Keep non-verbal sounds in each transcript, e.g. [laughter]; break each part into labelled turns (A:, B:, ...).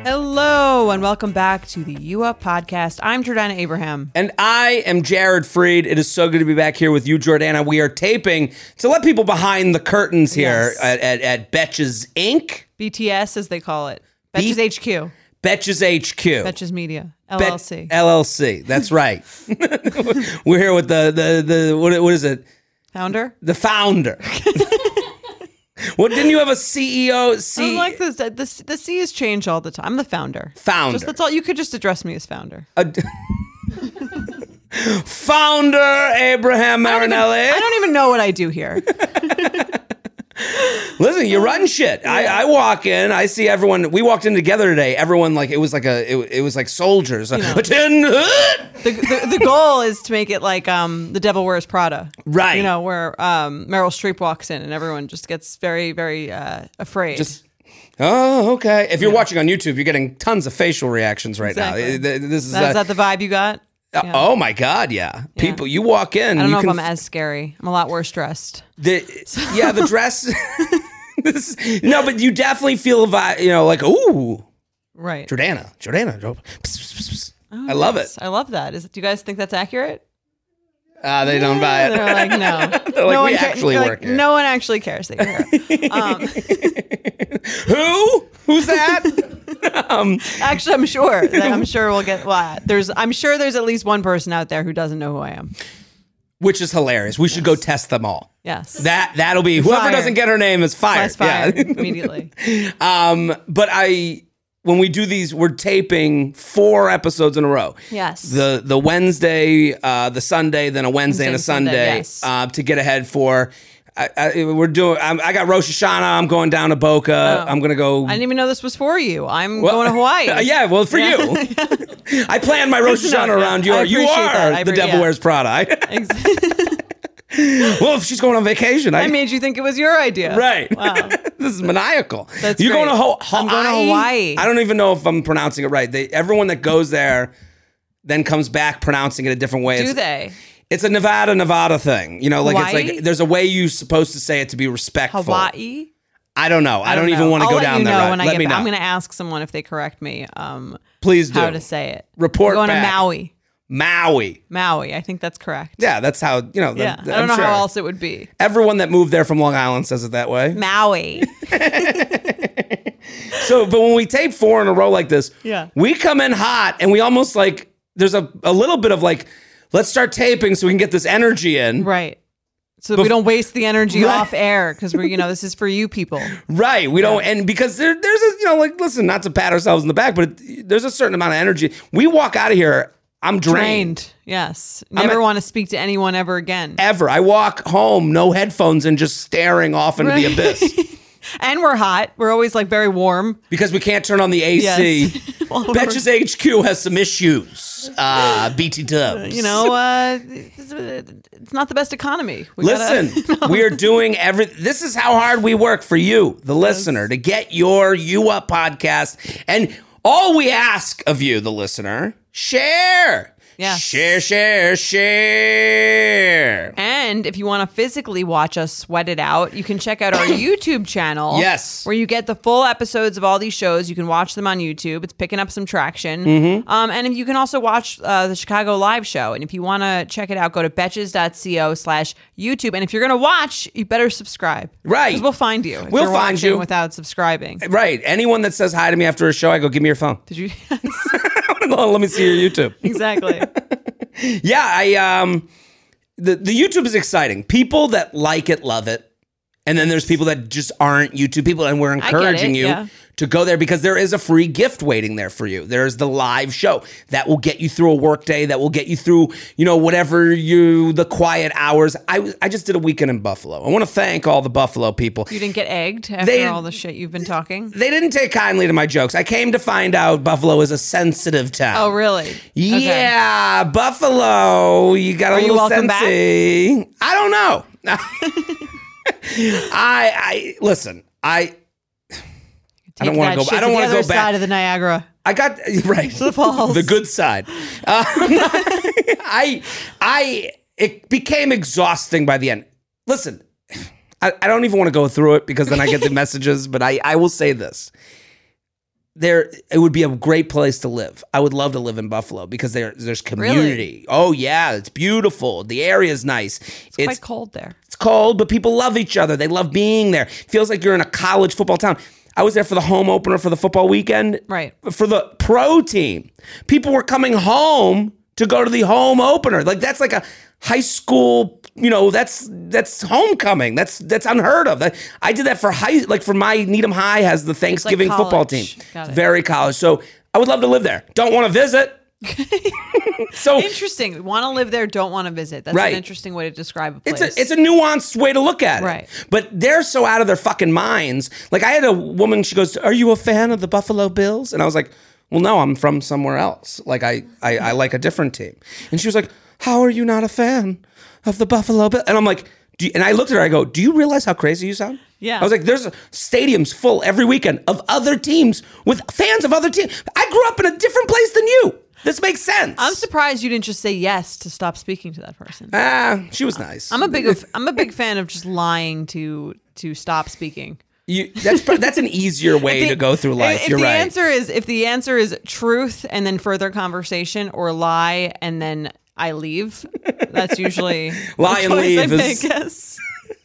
A: Hello and welcome back to the U Up podcast. I'm Jordana Abraham.
B: And I am Jared Freed. It is so good to be back here with you, Jordana. We are taping to let people behind the curtains here
A: Yes.
B: at, at, at Betches Inc.,
A: BTS as they call it. Betches HQ.
B: Betches HQ.
A: Betches Media.
B: Bet-
A: LLC.
B: LLC. That's right. [laughs] We're here with the, the, the what, what is it?
A: Founder.
B: The founder. [laughs] well, didn't you have a CEO?
A: I don't
B: C-
A: like this. The, the, the C's change all the time. I'm the founder.
B: Founder.
A: Just that's all. You could just address me as founder.
B: a- [laughs] founder Abraham Marinelli.
A: I don't even know what I do here.
B: Listen, you run shit. I, I walk in, I see everyone. We walked in together today. Everyone like it was like a it, it was like soldiers. Attend, uh,
A: The, the, the goal is to make it like um, The Devil Wears Prada.
B: Right.
A: You know, where um, Meryl Streep walks in and everyone just gets very, very uh, afraid.
B: Just- Oh, okay. If you're watching on YouTube, you're getting tons of facial reactions right
A: Exactly.
B: now. Th- th- This is,
A: that,
B: uh,
A: is that the vibe you got?
B: uh, oh my god, yeah. People, you walk in.
A: I don't
B: you
A: know
B: can
A: if I'm as scary. I'm a lot worse dressed. [laughs]
B: The, yeah, the dress. [laughs] this, no, but you definitely feel a vibe. You know, like ooh,
A: Right.
B: Jordana, Jordana. Jor- pss, pss, pss, pss.
A: Oh,
B: I love it.
A: I love that. Is, do you guys think that's accurate?
B: Ah, they don't buy it.
A: They're like, no.
B: They're like,
A: no
B: we
A: ca-
B: actually
A: they're
B: work
A: like,
B: here.
A: No one actually cares that you're
B: [laughs]
A: here.
B: [laughs] Who? Who's that? [laughs]
A: actually, I'm sure. That I'm sure we'll get. Well, there's. I'm sure there's at least one person out there who doesn't know who I am.
B: Which is hilarious. We should go test them all.
A: Yes.
B: That that'll be whoever
A: Fired.
B: doesn't get her name is fired.
A: That's fine
B: Yeah. [laughs]
A: immediately.
B: Um, but I when we do these, we're taping four episodes in a row.
A: Yes.
B: The the Wednesday, uh, the Sunday, then a Wednesday and a
A: Wednesday and
B: Sunday,
A: Sunday, yes.
B: uh, to get ahead for. I, I, we're doing. I'm, I got Rosh Hashanah. I'm going down to Boca. I'm gonna go.
A: Oh. I didn't even know this was for you. I'm
B: Well-
A: going to Hawaii.
B: [laughs] yeah, well, for
A: [laughs]
B: you. I planned my Rosh
A: Good to know,
B: Hashanah
A: yeah.
B: around you.
A: I
B: you
A: appreciate
B: are
A: that. I
B: the
A: appre-
B: devil
A: yeah.
B: wears Prada. [laughs] I-
A: Ex-
B: well, if she's going on vacation, I,
A: I made you think it was your idea.
B: Right.
A: Wow.
B: [laughs] this is maniacal.
A: That's
B: You're going
A: great.
B: to Ho- Hawaii.
A: I'm going to Hawaii.
B: I don't even know if I'm pronouncing it right. They, everyone that goes there then comes back pronouncing it a different way.
A: Do
B: it's,
A: they?
B: It's a Nevada, Nevada thing. You know, like it's
A: Hawaii?
B: like there's a way you're supposed to say it to be respectful.
A: Hawaii.
B: I don't know. I, don't, even
A: know.
B: want to
A: I'll
B: go
A: let
B: down
A: you
B: that
A: know
B: road.
A: when I
B: Let
A: get
B: me
A: back.
B: know.
A: I'm going to ask someone if they correct me. Um,
B: Please do.
A: how to say it?
B: Report
A: We're going
B: back.
A: to Maui.
B: Maui.
A: Maui. I think that's correct.
B: Yeah, that's how, you know,
A: Yeah.
B: the,
A: I don't know
B: sure.
A: how else it would be.
B: Everyone that moved there from Long Island says it that way.
A: Maui.
B: So, but when we tape four in a row like this,
A: Yeah.
B: we come in hot and we almost like there's a, a little bit of like, let's start taping so we can get this energy in. Right.
A: [laughs] right. So that we don't waste the energy off air because we're, you know, this is for you people.
B: We don't, and because there, there's a, you know, like, listen, not to pat ourselves in the back, but it, there's a certain amount of energy. We walk out of here, I'm drained.
A: Trained. Yes. Never want to speak to anyone ever again.
B: Ever. I walk home, no headphones, and just staring off into the
A: Right. [laughs]
B: abyss
A: And we're hot. We're always like very warm.
B: because we can't turn on the AC.
A: [laughs] Yes. All over.
B: Betches HQ has some issues. Uh, BT Dubs.
A: You know, uh, it's not the best economy. We gotta- [laughs]
B: Listen, we are doing every. This is how hard we work for you, the listener, to get your You Up podcast. And all we ask of you, the listener, share.
A: Yes.
B: Share, share, share.
A: And if you want to physically watch us sweat it out, you can check out our [coughs] YouTube channel.
B: Yes.
A: Where you get the full episodes of all these shows. You can watch them on YouTube. It's picking up some traction. Mm-hmm. Um, and you can also watch uh, the Chicago Live show. And if you want to check it out, go to betches.co slash YouTube. And if you're going to watch, you better subscribe.
B: Right.
A: 'Cause we'll find you. if
B: We'll
A: you're
B: find
A: watching
B: you.
A: Without subscribing.
B: Right. Anyone that says hi to me after a show, I go, give me your phone. [laughs]
A: Did you? [laughs]
B: Let me see your YouTube.
A: exactly.
B: Yeah, I um the the YouTube is exciting. People that like it love it. And then there's people that just aren't YouTube people, and we're
A: get
B: encouraging
A: it,
B: you
A: yeah.
B: to go there because there is a free gift waiting there for you. There's the live show that will get you through a workday, that will get you through, you know, whatever you the quiet hours. I was- I just did a weekend in Buffalo. I want to thank all the Buffalo people.
A: You didn't get egged after
B: They-
A: all the shit you've been talking.
B: They didn't take kindly to my jokes. I came to find out Buffalo is a sensitive town.
A: Oh, really? Okay.
B: Yeah, Buffalo. You got a
A: you
B: little
A: welcome back?
B: sensey. I don't know. [laughs] I I listen. I I don't
A: Take
B: wanna
A: that
B: go- I
A: shit
B: don't wanna
A: the other
B: go back.
A: Side of the Niagara.
B: I got [laughs] right the
A: falls.
B: good side. Um, [laughs] I I it became exhausting by the end. Listen, I, I don't even want to go through it because then I [laughs] get the messages. But I I will say this: there it would be a great place to live. I would love to live in Buffalo because there there's community. Oh yeah, it's beautiful. The area is nice. It's
A: Quite cold there.
B: it's cold, but people love each other. They love being there. Feels like you're in a college football town. I was there for the home opener for the football weekend.
A: Right.
B: For the pro team. People were coming home to go to the home opener. Like that's like a high school, you know, that's that's homecoming. That's that's unheard of. That, I did that for high like for my Needham High has the Thanksgiving football team.
A: college. Got it.
B: Very college. So I would love to live there. Don't want to
A: [laughs]
B: visit. so
A: Interesting. Want to live there? Don't want to visit. That's
B: Right.
A: an interesting way to describe a place.
B: It's a, it's a nuanced way to look at it.
A: Right.
B: But they're so out of their fucking minds. Like I had a woman, she goes, Are you a fan of the Buffalo Bills? And I was like, Well, no, I'm from somewhere else. Like I, I, I like a different team. And she was like, How are you not a fan of the Buffalo Bills? And I'm like, do you, and I looked at her, I go, Do you realize how crazy you sound?
A: Yeah.
B: I was like, there's stadiums full every weekend of other teams with fans of other teams. I grew up in a different place than you. This makes sense.
A: I'm surprised you didn't just say yes to stop speaking to that person.
B: ah, she was nice.
A: I'm a big of, I'm a big fan of just lying to to stop speaking.
B: You, that's pro- that's an
A: [laughs]
B: easier way to go through life.
A: If, if
B: You're
A: the
B: right.
A: answer is if the answer is truth and then further conversation or lie and then I leave, that's
B: [laughs]
A: usually
B: Lie
A: the
B: and
A: choice
B: leave
A: I
B: is-
A: make, I guess.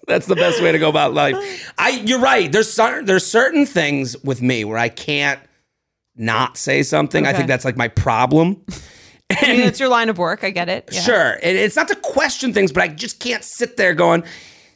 B: that's the best way to go
A: [laughs]
B: about life. I you're right. There's certain there's certain things with me where I can't not say something. I
A: Okay.
B: think that's like my problem.
A: I mean, it's your line of work. I get it. Yeah.
B: Sure, it, it's not to question things, but I just can't sit there going,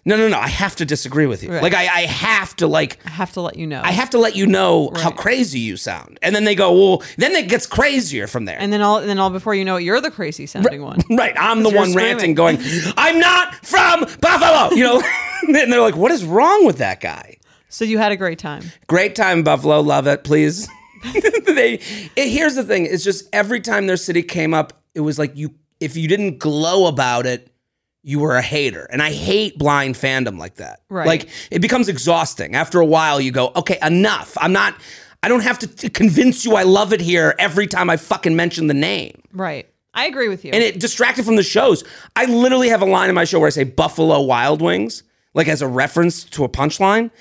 B: no, no, no. I have to disagree with you.
A: Right.
B: Like I, I have to like.
A: I have to let you know.
B: I have to let you know how
A: Right.
B: crazy you sound, and then they go, "Well." Then it gets crazier from there.
A: and then all and then all before you know it, you're the crazy sounding one.
B: Right. I'm the
A: you're
B: one ranting,
A: screaming.
B: going, I'm not from Buffalo. You
A: [laughs]
B: know, [laughs] and they're like, what is wrong with that guy?
A: So you had a great time.
B: Great time, Buffalo. Love it, please. [laughs] they, it, here's the thing it's just every time their city came up, it was like, you, if you didn't glow about it, you were a hater. And I hate blind fandom like that.
A: Right.
B: Like, it becomes exhausting. After a while, you go, okay, enough. I'm not, I don't have to t- convince you I love it here every time I fucking mention the name
A: Right. I agree with you.
B: and it distracted from the shows. I literally have a line in my show where I say Buffalo Wild Wings, like as a reference to a punchline,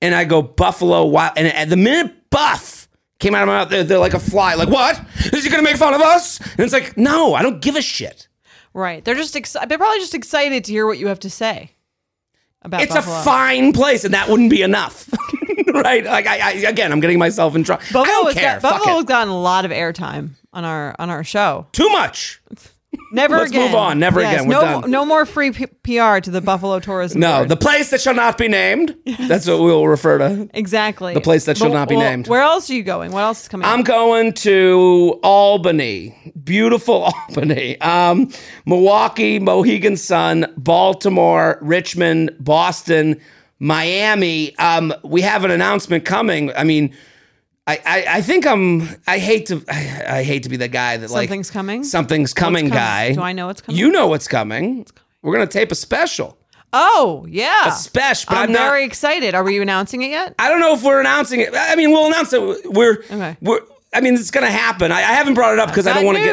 B: and I go Buffalo Wild, and at the minute Buff came out of my mouth, they're, they're like a fly, like what? Is he gonna make fun of us? And it's like, no, I don't give a shit.
A: right. They're just ex- they're probably just excited to hear what you have to say about
B: It's
A: Buffalo.
B: a fine place, and that wouldn't be enough. [laughs] right? Like I, I again, I'm getting myself in trouble. I
A: Buffalo
B: don't
A: has
B: care.
A: got-
B: Fuck
A: Buffalo has
B: it.
A: gotten a lot of airtime on our on our show.
B: Too much.
A: Never
B: Let's
A: again.
B: move on. Never again. We're
A: no,
B: done.
A: no more free P- PR to the Buffalo Tourism.
B: No,
A: Board.
B: the place that shall not be named. That's what we'll refer to.
A: exactly the
B: place that shall not be named.
A: Where else are you going? What else is coming?
B: I'm
A: up?
B: going to Albany, beautiful [laughs] Albany, um, Milwaukee, Mohegan Sun, Baltimore, Richmond, Boston, Miami. Um, we have an announcement coming. I mean, I, I, I think I'm. I hate to. I, I hate to be the guy that like
A: Something's coming?
B: Something's coming,
A: coming?
B: guy.
A: Do I know what's coming?
B: You know what's coming. We're gonna tape a special.
A: Oh yeah,
B: Special. But
A: I'm,
B: I'm, not.
A: very excited. Are we announcing it yet?
B: I don't know if we're announcing it. I mean, we'll announce it. We're.
A: Okay.
B: We're. I mean, it's gonna happen. I, I haven't brought it up because I don't want to get. [laughs]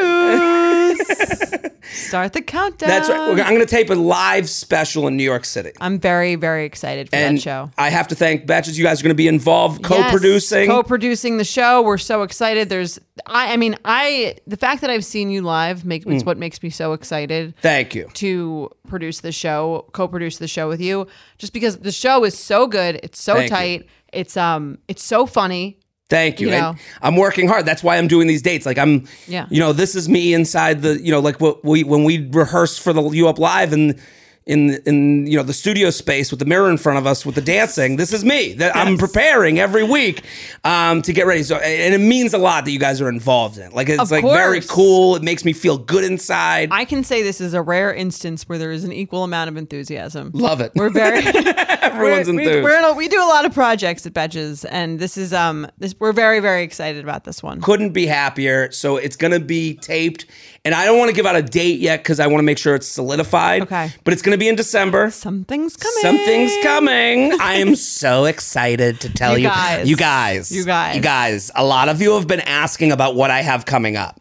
A: to get. Start the countdown.
B: That's right. We're, gonna- I'm going to tape a live special in New York City.
A: I'm very very excited for
B: And
A: that show.
B: I have to thank Batches. You guys are going to be involved
A: Yes,
B: co-producing.
A: co-producing the show. We're so excited. There's, I, I mean, I the fact that I've seen you live make
B: Mm.
A: it's what makes me so excited
B: thank you.
A: to produce the show, co-produce the show with you, just because the show is so good. It's so
B: Thank you.
A: tight. It's um, it's so funny.
B: Thank you.
A: You
B: And
A: know.
B: I'm working hard. That's why I'm doing these dates. Like I'm,
A: Yeah.
B: you know, this is me inside the, you know, like what we when we rehearse for the U Up Live and in in you know the studio space with the mirror in front of us with the dancing. This is me that I'm preparing every week um, to get ready. So and it means a lot that you guys are involved in. it. Like it's
A: Of
B: like very
A: course.
B: cool. It makes me feel good inside.
A: I can say this is a rare instance where there is an equal amount of enthusiasm.
B: Love it. [laughs]
A: We're very
B: Everyone's
A: we
B: enthused.
A: we're in a, we do a lot of projects at Betches, and this is um this we're very very excited about this one.
B: couldn't be happier. So it's going to be taped. And I don't want to give out a date yet because I want to make sure it's solidified.
A: Okay.
B: But it's going to be in December.
A: Something's coming.
B: Something's coming. I
A: [laughs]
B: am so excited to tell
A: You
B: you.
A: guys.
B: You guys.
A: You guys.
B: You guys. A lot of you have been asking about what I have coming up.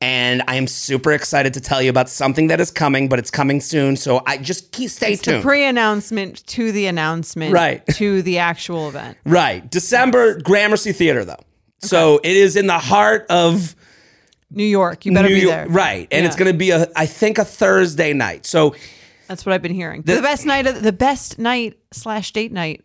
B: And I am super excited to tell you about something that is coming, but it's coming soon. So I just keep stay
A: It's the
B: tuned.
A: pre-announcement to the announcement,
B: Right.
A: [laughs] To the actual event.
B: right. December, Gramercy Theater, though. So it is in the heart of
A: New York, you better
B: New
A: be
B: York-
A: there.
B: Right. And it's
A: Yeah.
B: going to be a I think a Thursday night. So
A: That's what I've been hearing. The, best night of the best night slash date night.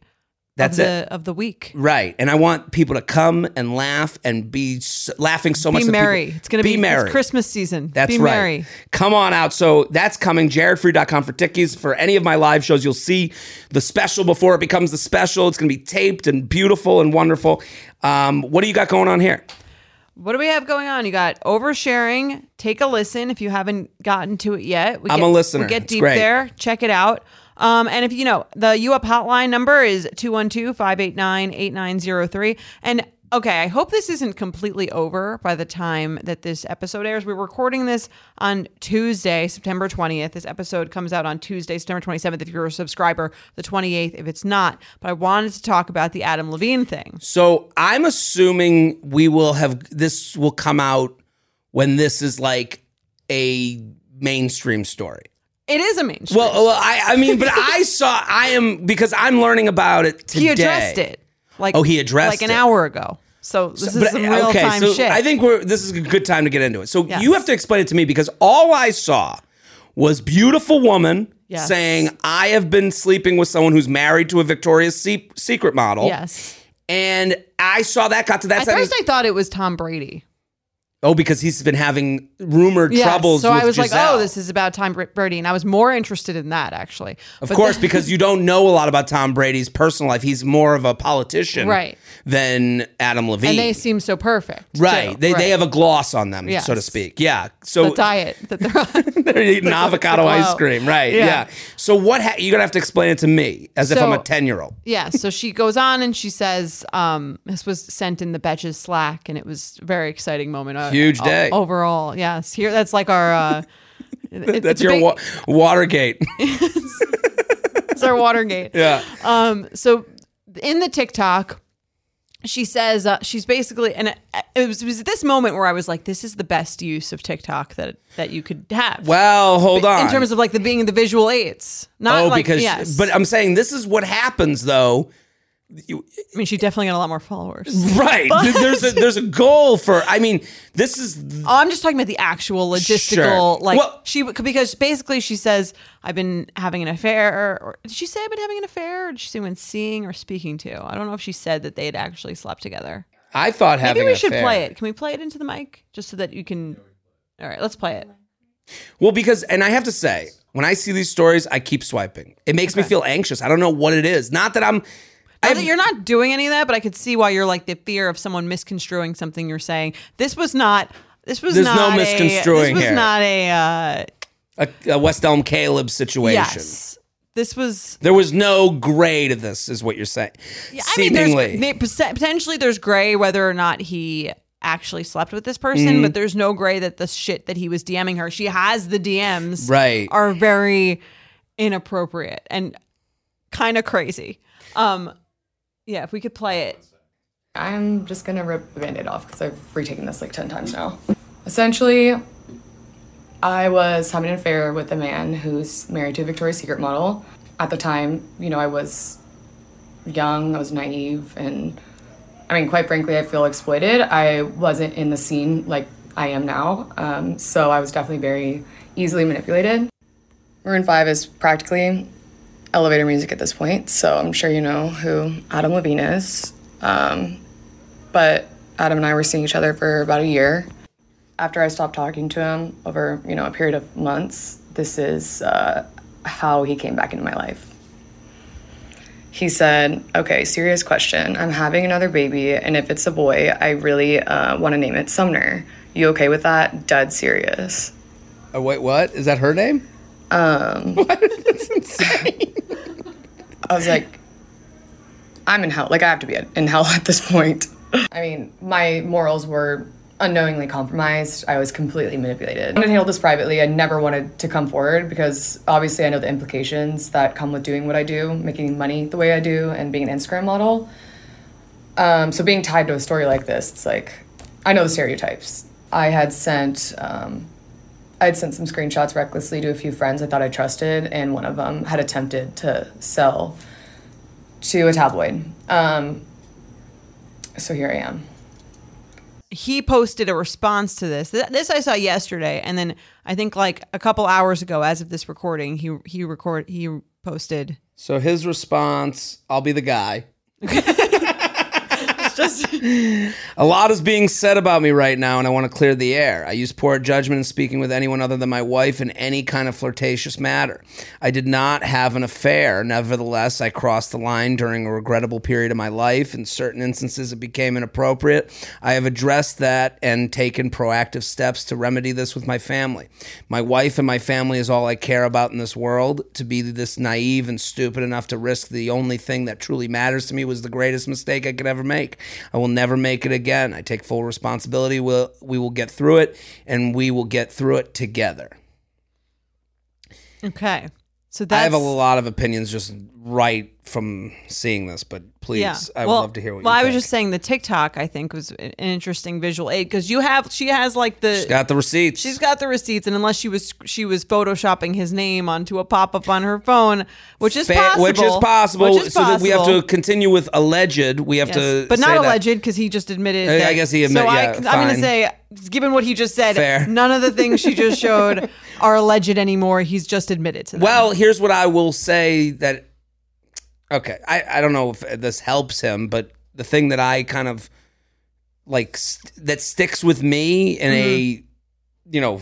B: That's
A: of the, of the week.
B: right. And I want people to come and laugh and be s laughing so much
A: Be
B: that people-
A: merry. It's gonna be,
B: be merry.
A: It's Christmas season.
B: That's
A: be
B: right.
A: merry.
B: Come on out. So that's coming. JaredFree.com for tickies. For any of my live shows, you'll see the special before it becomes the special. It's going to be taped and beautiful and wonderful. Um, what do you got going on here?
A: What do we have going on? You got oversharing. Take a listen if you haven't gotten to it yet. We
B: I'm a listener.
A: We get
B: It's
A: deep
B: great.
A: there. Check it out. Um, and if you know, the U Up hotline number is 212 589 8903. And okay, I hope this isn't completely over by the time that this episode airs. We're recording this on Tuesday, September 20th. This episode comes out on Tuesday, September 27th, if you're a subscriber, the 28th, if it's not. But I wanted to talk about the Adam Levine thing.
B: So I'm assuming we will have this will come out when this is like a mainstream story.
A: It is a mainstream.
B: Well, well, I, I mean,
A: [laughs]
B: but I saw I am because I'm learning about it today.
A: He addressed it. Like
B: Oh, he addressed
A: like an
B: it.
A: hour ago. So this is
B: But- uh,
A: some real time
B: so
A: shit.
B: I think we're this is a good time to get into it. So
A: Yes.
B: you have to explain it to me because all I saw was beautiful woman
A: Yes.
B: saying, "I have been sleeping with someone who's married to a Victoria's Se- Secret model."
A: yes.
B: and I saw that got to that
A: At
B: sentence.
A: first, I thought it was Tom Brady.
B: oh, because he's been having rumored
A: Yes.
B: troubles.
A: So
B: with
A: I was like,
B: Giselle.
A: oh, this is about Tom Br- Brady, and I was more interested in that actually.
B: Of course, because you don't know a lot about Tom Brady's personal life. He's more of a politician
A: Right.
B: than Adam Levine.
A: and they seem so perfect.
B: Right.
A: too.
B: They, they have a gloss on them,
A: Yes.
B: so to speak. Yeah. So
A: the diet that they're
B: [laughs]
A: on.
B: they're
A: [laughs]
B: eating avocado
A: Wow.
B: ice cream. Right. Yeah.
A: Yeah.
B: So what ha- you're going to have to explain it to me as if
A: So-
B: I'm a 10 year old.
A: yeah. So she goes on and she says, um, this was sent in the Betches Slack, and it was a very exciting moment. Uh,
B: Huge
A: o-
B: day.
A: overall. Yes. Here, that's like our. Uh, it-
B: [laughs]
A: it's
B: That's
A: a
B: your
A: big-
B: wa- Watergate.
A: [laughs] it's
B: [laughs]
A: our Watergate.
B: yeah.
A: Um, so in the TikTok, she says uh, she's basically, and it, it was, it was at this moment where I was like, this is the best use of TikTok that that you could have.
B: Well, hold on.
A: in terms of like the being the visual aids, not
B: oh,
A: like
B: because,
A: yes.
B: but I'm saying this is what happens
A: [laughs]
B: though.
A: I mean, she definitely got a lot more followers.
B: Right. there's a, there's a goal for, I mean, this is,
A: Oh, I'm just talking about the actual logistical,
B: Sure.
A: like
B: Well-
A: she because basically she says I've been having an affair, or did she say I've been having an affair? Or did she say when seeing or speaking to? I don't know if she said that they had actually slept together.
B: I thought having
A: Maybe we
B: an
A: should
B: affair-
A: play it. Can we play it into the mic just so that you can? All right, let's play it.
B: Well, because, and I have to say, when I see these stories, I keep swiping. It makes me feel anxious. I don't know what it is. Not that I'm,
A: I
B: I've-
A: that you're not doing any of that, but I could see why you're like the fear of someone misconstruing something you're saying. This was not. This was
B: There's no
A: not a-
B: misconstruing
A: This was
B: here.
A: not a. Uh,
B: a, a West Elm Caleb situation.
A: yes. This was.
B: There was no grade of this, is what you're saying.
A: I mean, there's,
B: Seemingly.
A: may- pot- potentially there's gray whether or not he actually slept with this person,
B: Mm-hmm.
A: but there's no gray that the shit that he was DMing her. She has the DMs.
B: Right.
A: Are very inappropriate and kind of crazy. Um, yeah. If we could play it.
C: I'm just gonna rip the band-aid off because I've retaken this like 10 times now. Essentially, I was having an affair with a man who's married to a Victoria's Secret model. At the time, you know, I was young, I was naive, and I mean, quite frankly, I feel exploited. I wasn't in the scene like I am now, um, so I was definitely very easily manipulated. Maroon 5 is practically elevator music at this point, so I'm sure you know who Adam Levine is. Um, but Adam and I were seeing each other for about a year. After I stopped talking to him over, you know, a period of months, this is uh, how he came back into my life. He said, Okay, serious question. I'm having another baby, and if it's a boy, I really uh, want to name it Sumner. You okay with that? Dead serious.
B: Oh, wait, what? Is that her name?
C: I was like, I'm in hell. Like, I have to be in hell [laughs] at this point. I mean, my morals were unknowingly compromised. I was completely manipulated. I'm gonna handle this privately. I never wanted to come forward because obviously I know the implications that come with doing what I do, making money the way I do, and being an Instagram model. Um, so being tied to a story like this, it's like, I know the stereotypes. I had sent um, I had sent some screenshots recklessly to a few friends I thought I trusted, and one of them had attempted to sell to a tabloid. Um, so here I am.
A: he posted a response to this. Th- This I saw yesterday, and then I think like a couple hours ago, as of this recording, he he record he posted
B: So his response, I'll be the guy. [laughs] a lot is being said about me right now, and I want to clear the air. I use poor judgment in speaking with anyone other than my wife in any kind of flirtatious matter. I did not have an affair. Nevertheless, I crossed the line during a regrettable period of my life. In certain instances, it became inappropriate. I have addressed that and taken proactive steps to remedy this with my family. My wife and my family is all I care about in this world. To be this naive and stupid enough to risk the only thing that truly matters to me was the greatest mistake I could ever make. I will never make it again. I take full responsibility. We'll, we will get through it, and we will get through it together.
A: okay. So
B: I
A: that's
B: have a lot of opinions just right from seeing this, but please, I would
A: Well-
B: love to hear what
A: Well,
B: you
A: I was
B: think.
A: just saying the TikTok I think was an interesting visual aid because you have she has like the
B: She's got the receipts.
A: She's got the receipts, and unless she was she was photoshopping his name onto a pop up on her phone, which is
B: Fa-
A: possible,
B: which is possible.
A: which is
B: so that we have to
A: possible.
B: continue with alleged. We have
A: Yes.
B: to,
A: but not
B: say that-
A: alleged because he just admitted.
B: I- I
A: that-
B: guess he admit-
A: So I,
B: yeah,
A: am going
B: fine.
A: to say, given what he just said,
B: Fair.
A: none of the things she just
B: [laughs]
A: showed are alleged anymore. He's just admitted to them.
B: Well, here's what I will say that okay, I, I don't know if this helps him, but the thing that I kind of like st- that sticks with me in a you know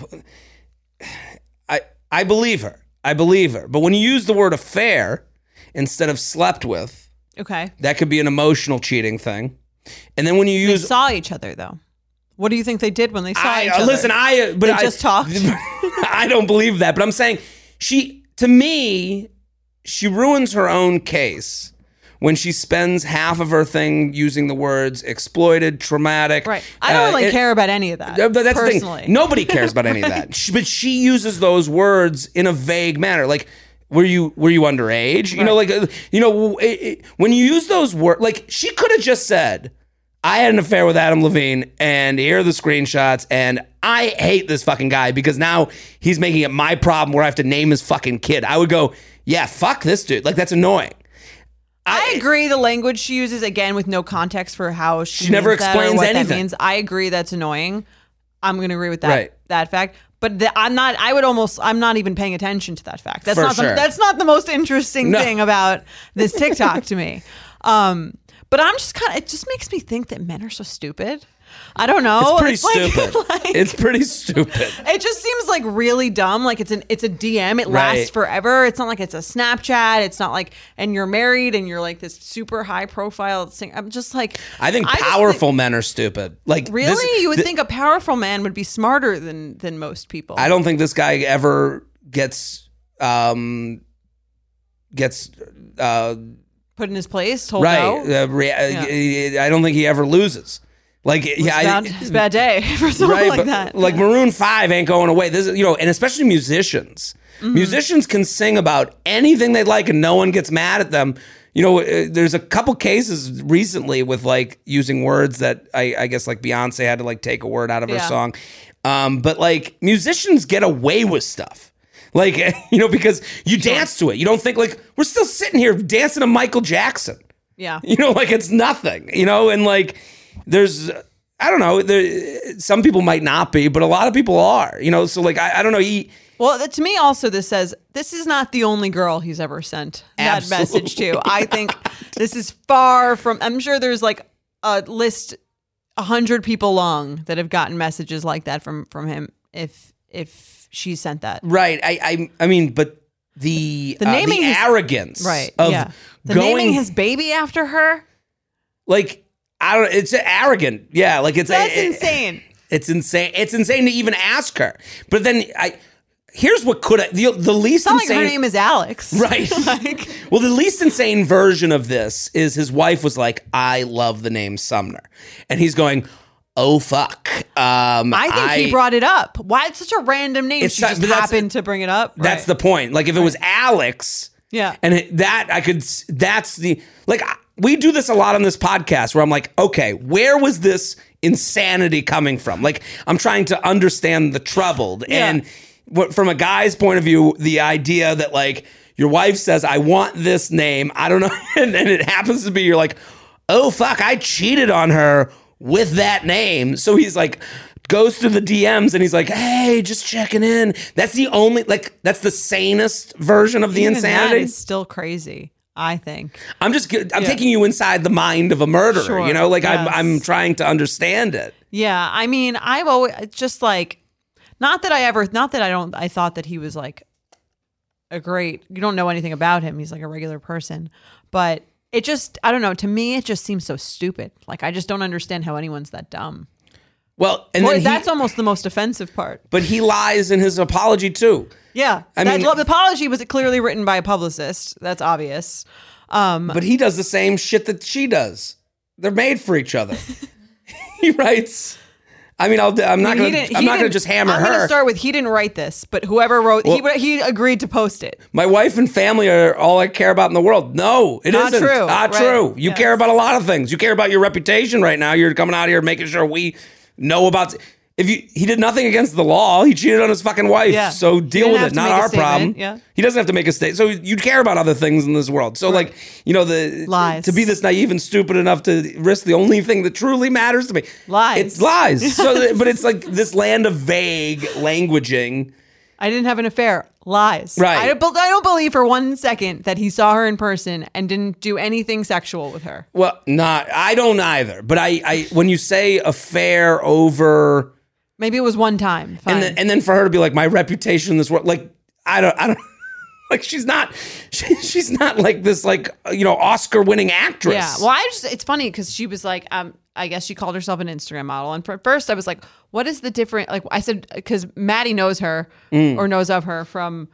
B: I I believe her. I believe her. But when you use the word affair instead of slept with,
A: okay,
B: that could be an emotional cheating thing. And then when you
A: they
B: use
A: saw each other though. What do you think they did when they saw
B: I, uh,
A: each other?
B: Listen, I but
A: They
B: I
A: just talked.
B: [laughs] I don't believe that, but I'm saying she to me she ruins her own case when she spends half of her thing using the words exploited, traumatic.
A: right? I don't
B: uh,
A: really
B: it-
A: care about any of that.
B: uh, But that's
A: personally.
B: the thing. Nobody cares about any of
A: [laughs]
B: that. She, but she uses those words in a vague manner, like. Were you were you underage? You know, like uh, you know, it, it- when you use those words, like she could have just said, "I had an affair with Adam Levine," and here are the screenshots, and I hate this fucking guy because now he's making it my problem where I have to name his fucking kid. I would go, "Yeah, fuck this dude." Like that's annoying.
A: I agree. The language she uses again with no context for how she,
B: She never
A: means that or
B: explains
A: what That
B: anything.
A: means. I agree. That's annoying. I'm going to agree with that
B: Right.
A: that fact. But the, I'm not. I would almost. I'm not even paying attention to that fact. That's
B: For
A: not. The,
B: sure.
A: that's not the most interesting
B: No.
A: thing about this TikTok
B: [laughs]
A: to me. Um, but I'm just kind of. It just makes me think that men are so stupid. I don't know.
B: It's pretty
A: like- [laughs]
B: stupid.
A: like-
B: it's pretty stupid.
A: it just seems like really dumb. Like it's an it's a DM. It
B: Right.
A: lasts forever. It's not like it's a Snapchat. It's not like and you're married and you're like this super high profile thing. I'm just like
B: I think
A: just
B: powerful men are stupid. Like this-
A: really, you would
B: thi-
A: think a powerful man would be smarter than than most people.
B: I don't think this guy ever gets um gets uh
A: Put in his place, told
B: right.
A: no.
B: Uh, re- uh I don't think he ever loses. Like yeah, I-
A: It's, bad, it's a bad day [laughs] for someone
B: right,
A: like
B: but,
A: that.
B: Like Maroon Five ain't going away. This is you know, and especially musicians.
A: Mm-hmm.
B: Musicians can sing about anything they like, and no one gets mad at them. You know, uh, there's a couple cases recently with like using words that I, I guess like Beyonce had to like take a word out of her
A: Yeah.
B: song, um, but like musicians get away with stuff. Like [laughs] you know, because you dance to it. You don't think like we're still sitting here dancing to Michael Jackson.
A: yeah,
B: [laughs] You know, like it's nothing. You know, and like there's, I don't know. There, some people might not be, but a lot of people are. You know, so like I, I don't know. He
A: Well, th- to me, also, this says this is not the only girl he's ever sent that message to. I think this is far from. I'm sure there's like a list, a hundred people long that have gotten messages like that from from him. If if she sent that,
B: right. I I, I mean, but the
A: The
B: uh,
A: naming his-
B: arrogance
A: Right.
B: of
A: yeah. The
B: going
A: naming his baby after her.
B: like I don't it's arrogant. Yeah, like it's
A: That's
B: it-
A: insane.
B: It's insane. It's insane to even ask her. But then I here's what could I the, the least
A: It's not like
B: insane
A: her name is Alex.
B: [laughs] Right.
A: [laughs] like
B: Well, the least insane version of this is his wife was like, "I love the name Sumner," and he's going, "Oh fuck." Um,
A: I think he brought it up. Why it's such a random name.
B: It's
A: she
B: not-
A: just
B: but that's-
A: happened to bring it up.
B: That's the point. Like if it was Alex,
A: Yeah.
B: and it, that I could. s- That's the like I- we do this a lot on this podcast where I'm like, okay, where was this insanity coming from? Like I'm trying to understand the troubled
A: Yeah.
B: and what, from a guy's point of view, the idea that like your wife says, "I want this name," I don't know, [laughs] and then it happens to be you're like, oh fuck, I cheated on her with that name. So he's like goes through the DMs and he's like, hey, just checking in. That's the only like that's the sanest version of the
A: Even
B: insanity.
A: That is still crazy. I think.
B: I'm just g- I'm taking you inside the mind of a murderer.
A: Sure,
B: You know, like I'm
A: yes.
B: I'm trying to understand it.
A: Yeah, I mean, I've always it's just like, not that I ever, not that I don't, I thought that he was like a great. You don't know anything about him. He's like a regular person, but it just, I don't know. To me, it just seems so stupid. Like I just don't understand how anyone's that dumb.
B: Well, and
A: Well,
B: then he-
A: that's almost the most offensive part.
B: but he lies in his apology too.
A: Yeah,
B: I
A: I
B: mean-
A: mean, the apology was clearly written by a publicist. That's obvious. Um,
B: But he does the same shit that she does. They're made for each other. [laughs] he writes. I mean, I'll, I'm not
A: He
B: going.
A: didn't-
B: to I'm
A: he
B: not going to
A: didn't-
B: just hammer
A: I'm
B: her.
A: gonna start with he didn't write this, but whoever wrote
B: Well-
A: he he agreed to post it.
B: My wife and family are all I care about in the world. No, it
A: Not
B: not
A: true,
B: Not
A: right.
B: true. You
A: Yes.
B: care about a lot of things. You care about your reputation right now. You're coming out here making sure we know about. If you, he did nothing against the law. He cheated on his fucking wife.
A: Yeah.
B: So
A: He
B: deal
A: didn't
B: with
A: have
B: it.
A: to
B: Not
A: make a
B: our
A: statement,
B: problem.
A: yeah.
B: He doesn't have to make a state. So you care about other things in this world. So like you know the
A: Lies.
B: to be this naive and stupid enough to risk the only thing that truly matters to me.
A: Lies.
B: It's lies. so
A: [laughs]
B: that- but it's like this land of vague languaging.
A: I didn't have an affair. Lies.
B: Right.
A: I don't, bel- I don't believe for one second that he saw her in person and didn't do anything sexual with her.
B: Well, not I don't either. But I, I when you say affair over
A: Maybe it was one time. Fine.
B: and then, and then for her to be like my reputation in this world, like I don't [laughs] I don't like she's not she, she's not like this like you know Oscar winning actress.
A: yeah. Well, I just, it's funny because she was like, um, I guess she called herself an Instagram model. And for- at first I was like, what is the different, like I said, because Maddie knows her
B: Mm.
A: or knows of her from,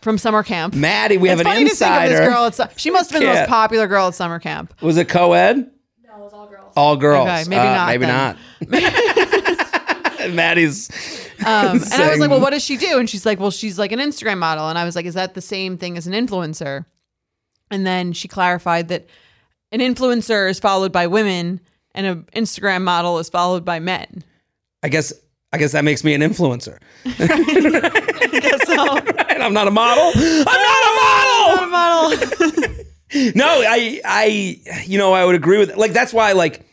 A: from summer camp.
B: Maddie, we
A: it's
B: have an
A: funny to think of
B: insider.
A: this girl. At, su- she must have been the
B: Can't.
A: most popular girl at summer camp.
B: Was it co-ed?
C: No, it was all girls.
B: All girls.
A: Okay, maybe
B: Uh,
A: not
B: Maybe
A: then. [laughs]
B: not. [laughs] Maddie's.
A: Um, and I was
B: saying-
A: like, well, what does she do? And she's like, well, she's like an Instagram model. And I was like, is that the same thing as an influencer? And then she clarified that an influencer is followed by women and an Instagram model is followed by men.
B: I guess. I guess that makes me an influencer.
A: So,
B: [laughs] And I'm not a model. I'm not a model.
A: a model.
B: [laughs] no, I, I, you know, I would agree with. Like that's why, like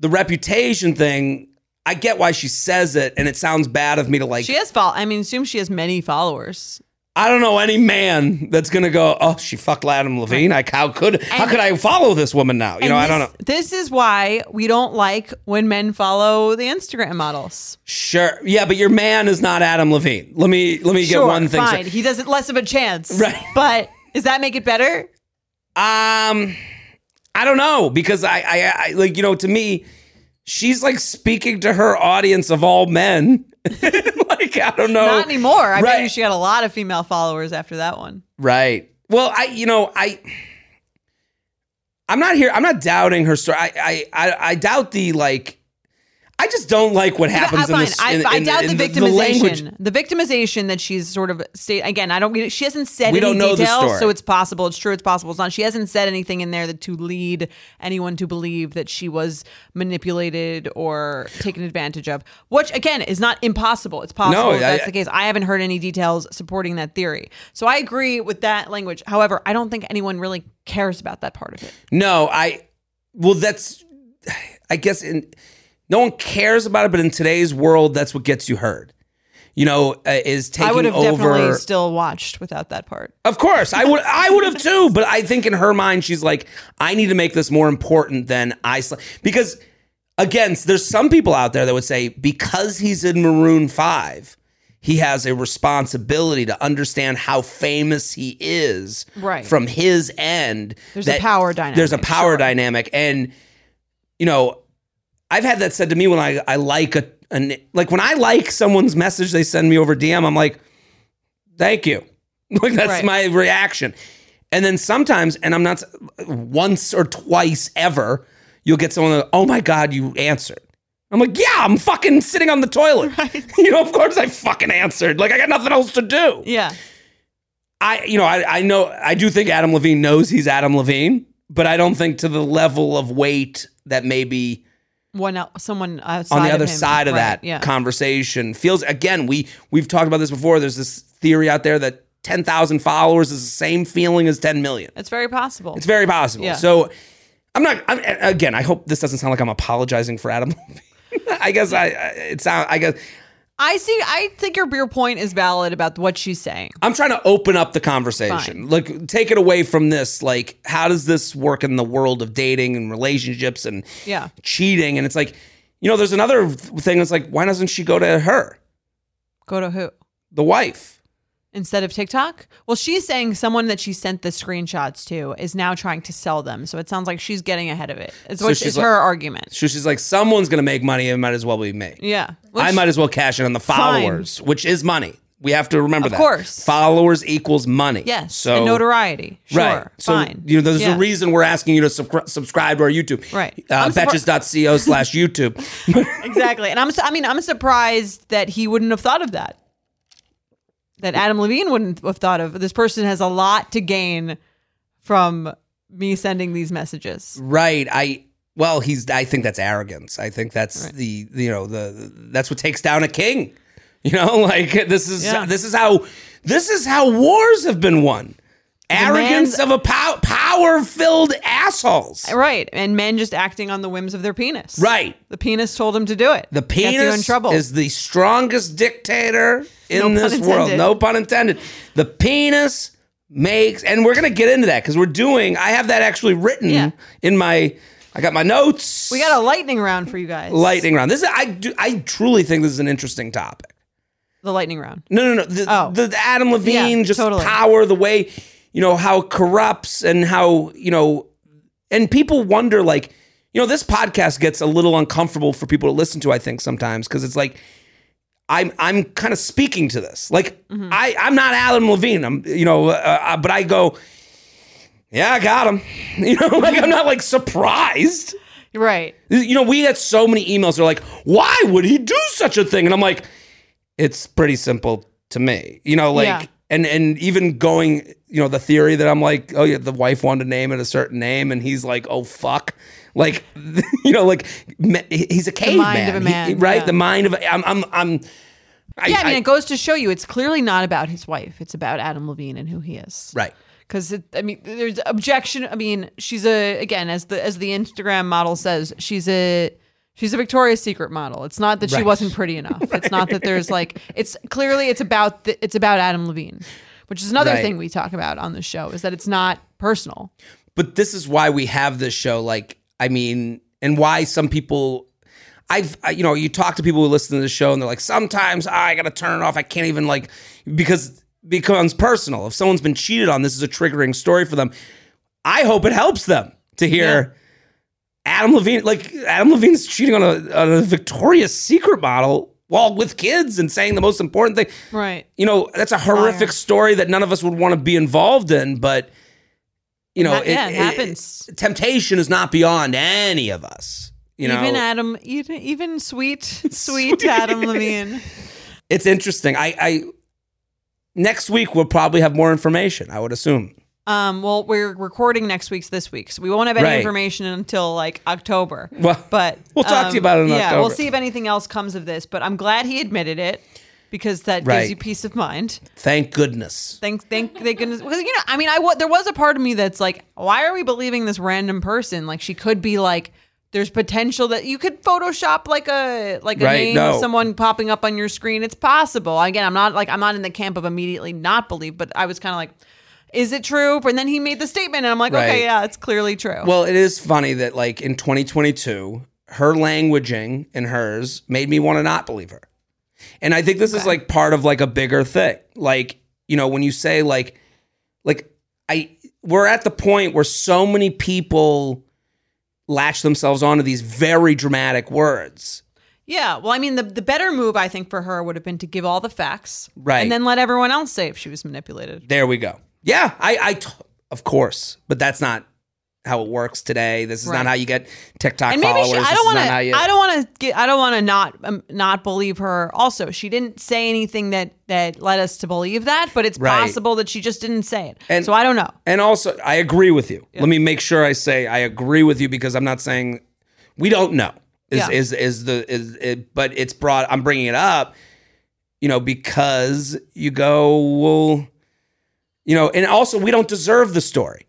B: the reputation thing. I get why she says it, and it sounds bad of me to like.
A: [laughs] she has follow. I mean, assume she has many followers.
B: I don't know any man that's gonna go. Oh, she fucked Adam Levine. Like how could how
A: And-
B: could I follow this woman now? You know, I
A: And
B: don't
A: this-
B: know.
A: This is why we don't like when men follow the Instagram models.
B: Sure, yeah, but your man is not Adam Levine. Let me let me get one thing.
A: fine.
B: straight.
A: He does it less of a chance.
B: Right.
A: But does that make it better?
B: Um, I don't know because I, I, I like you know to me, she's like speaking to her audience of all men. [laughs] like I don't know.
A: Not anymore. I bet
B: Oh, Right.
A: you she had a lot of female followers after that one.
B: Right. Well, I you know, I I'm not here I'm not doubting her story. I I I, I doubt the like I just don't like what
A: I,
B: happens in
A: fine.
B: this
A: I,
B: in,
A: I
B: in-
A: doubt
B: in
A: the
B: language.
A: victimization. The, victimization that she's sort of state again. I don't. we- She hasn't said
B: We
A: any
B: don't know the
A: details,
B: story.
A: so it's possible. It's true. It's possible. It's not. She hasn't said anything in there that to lead anyone to believe that she was manipulated or taken advantage of. Which again is not impossible. It's possible
B: No,
A: if that's
B: I-
A: the case. I haven't heard any details supporting that theory. So I agree with that language. However, I don't think anyone really cares about that part of it.
B: No, I well that's I guess in no one cares about it, but in today's world, that's what gets you heard. You know, uh, is taking
A: I would have
B: over.
A: definitely still watched without that part.
B: Of course, I would. I would have too. But I think in her mind, she's like, I need to make this more important than I. Sl-. Because again, there's some people out there that would say because he's in Maroon Five, he has a responsibility to understand how famous he is
A: Right.
B: from his end.
A: There's a power dynamic,
B: There's a power
A: sure.
B: dynamic. And, you know, I've had that said to me when I, I like a, an, like when I like someone's message they send me over DM, I'm like, thank you. [laughs] Like that's
A: Right.
B: my reaction. And then sometimes, and I'm not once or twice ever, you'll get someone that, oh my God, you answered. I'm like, yeah, I'm fucking sitting on the toilet. [laughs] you know, of course I fucking answered. Like I got nothing else to do.
A: Yeah.
B: I, you know, I, I know, I do think Adam Levine knows he's Adam Levine, but I don't think to the level of weight that maybe
A: One el- someone outside
B: on the
A: of
B: other
A: him.
B: side of
A: Right,
B: that
A: Yeah.
B: conversation feels again we we've talked about this before there's this theory out there that 10,000 followers is the same feeling as 10 million
A: it's very possible.
B: it's very possible
A: Yeah.
B: so i'm not I'm, again i hope this doesn't sound like i'm apologizing for adam [laughs] i guess i I- it sound i guess
A: I see. I think your your point is valid about what she's saying.
B: i'm trying to open up the conversation like take it away from this like how does this work in the world of dating and relationships and
A: Yeah.
B: cheating and it's like you know there's another thing that's like why doesn't she go to her
A: Go to who
B: the wife
A: instead of TikTok? Well, she's saying someone that she sent the screenshots to is now trying to sell them. So it sounds like she's getting ahead of it. It's,
B: So
A: which
B: she's
A: is
B: like-
A: her argument.
B: So she's like, someone's gonna make money. It might as well be me.
A: Yeah.
B: I
A: Which-
B: might as well cash in on the
A: Fine.
B: followers, which is money. We have to remember
A: Of
B: that.
A: course.
B: followers equals money.
A: Yes.
B: So
A: and notoriety. Sure.
B: Right. So
A: Fine.
B: you know, there's
A: Yeah.
B: a reason we're asking you to subscri- subscribe to our YouTube.
A: Right.
B: Uh,
A: I'm surpri-
B: Betches.co slash YouTube.
A: Exactly. And I'm. su- I mean, I'm surprised that he wouldn't have thought of that. That Adam Levine wouldn't have thought of. This person has a lot to gain from me sending these messages.
B: right. I. Well, he's. I think that's arrogance. I think that's the. You know the. That's what takes down a king. You know, [laughs] like this is
A: Yeah.
B: this is how this is how wars have been won. Arrogance
A: man's-
B: of a pow- power filled assholes.
A: Right. And men just acting on the whims of their penis.
B: Right.
A: The penis told him to do it.
B: The
A: Gets you in
B: penis
A: trouble.
B: is the strongest dictator in
A: pun
B: this world.
A: intended.
B: No pun intended. The penis makes, and we're going to get into that because we're doing, I have that actually written
A: Yeah.
B: in my, I got my notes.
A: we got a lightning round for you guys.
B: lightning round. This is, I do, I truly think this is an interesting topic.
A: the lightning round.
B: No, no, no. The,
A: Oh.
B: the, the Adam Levine,
A: Yeah,
B: just
A: totally.
B: power, the way, you know, how it corrupts and how, you know, and people wonder, like, you know, this podcast gets a little uncomfortable for people to listen to, I think, sometimes, because it's like, I'm I'm kind of speaking to this. Like
A: Mm-hmm.
B: I I'm not Adam Levine. I'm you know, uh, uh, but I go, yeah, I got him. [laughs] You know, like I'm not like surprised.
A: Right.
B: You know, we get so many emails. They're like, why would he do such a thing? And I'm like, it's pretty simple to me. You know, like,
A: Yeah.
B: and and even going, you know, the theory that I'm like, oh yeah, the wife wanted to name it a certain name, and he's like, oh fuck, like, [laughs] you know, like me- he's a caveman,
A: mind of a
B: He-
A: man,
B: right?
A: yeah.
B: The mind of a- I'm I'm I'm. I,
A: Yeah, I mean,
B: I-
A: it goes to show you it's clearly not about his wife. It's about Adam Levine and who he is.
B: right.
A: Because I mean, there's objection. I mean, she's a again as the as the Instagram model says, she's a she's a Victoria's Secret model. It's not that she
B: Right.
A: wasn't pretty enough. It's not that there's like it's clearly it's about the, it's about Adam Levine, which is another
B: Right.
A: thing we talk about on the show is that it's not personal.
B: but this is why we have this show like i mean and why some people i've I, you know you talk to people who listen to the show and they're like sometimes i gotta turn it off i can't even like because it becomes personal if someone's been cheated on this is a triggering story for them i hope it helps them to hear adam levine like adam levine's cheating on a, on a victoria's secret model while with kids and saying the most important thing
A: Right.
B: you know that's a horrific story that none of us would want to be involved in but you know
A: Ha- yeah, it happens.
B: temptation is not beyond any of us you know
A: even Adam, even, even
B: [laughs]
A: sweet, sweet Adam Levine.
B: it's interesting i i next week we'll probably have more information i would assume
A: Um, well, we're recording next week's this week, so we won't have any
B: Right.
A: information until like October.
B: Well,
A: but
B: we'll talk to
A: um,
B: you about it in
A: yeah, we'll
B: October.
A: see if anything else comes of this. But I'm glad he admitted it because that
B: Right.
A: gives you peace of mind.
B: thank goodness
A: Thank, thank, thank goodness. Because you know, I mean, I wa- there was a part of me that's like, why are we believing this random person? Like, she could be like. There's potential that you could Photoshop like a like a
B: Right,
A: name
B: no.
A: of someone popping up on your screen. It's possible. Again, I'm not like I'm not in the camp of immediately not believe, but I was kind of like, is it true? And then he made the statement, and I'm like,
B: Right.
A: okay, yeah, it's clearly true.
B: well it is funny that like in 2022 her languaging and hers made me want to not believe her And I think this is like part of like a bigger thing. Like, you know, when you say like like I we're at the point where so many people latch themselves onto these very dramatic words.
D: Yeah. Well, I mean, the, the better move, I think, for her would have been to give all the facts.
B: Right.
D: And then let everyone else say if she was manipulated.
B: There we go. Yeah, I, I t- of course, but that's not how it works today. This is
D: Right.
B: not how you get TikTok
D: And maybe
B: followers.
D: she, I
B: This
D: don't
B: is
D: want
B: not
D: to.
B: how you-
D: I don't want to get. I don't want to not um, not believe her. Also, she didn't say anything that that led us to believe that. But it's
B: Right.
D: possible that she just didn't say it.
B: And-
D: so I don't know.
B: And also, I agree with you. Let me make sure I say I agree with you because I'm not saying we don't know. Is
D: Yeah.
B: is is the is it, but it's broad. I'm bringing it up, you know, because you go well, you know, and also we don't deserve the story.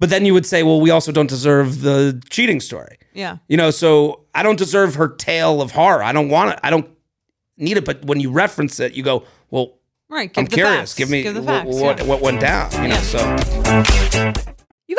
B: But then you would say, well, we also don't deserve the cheating story.
D: Yeah.
B: You know, so I don't deserve her tale of horror. I don't want it. I don't need it. But when you reference it, you go, well,
D: Right. Give
B: I'm
D: the
B: curious.
D: Facts.
B: Give me
D: Give the
B: wh-
D: facts.
B: what,
D: yeah.
B: what went down. You know, so.
A: You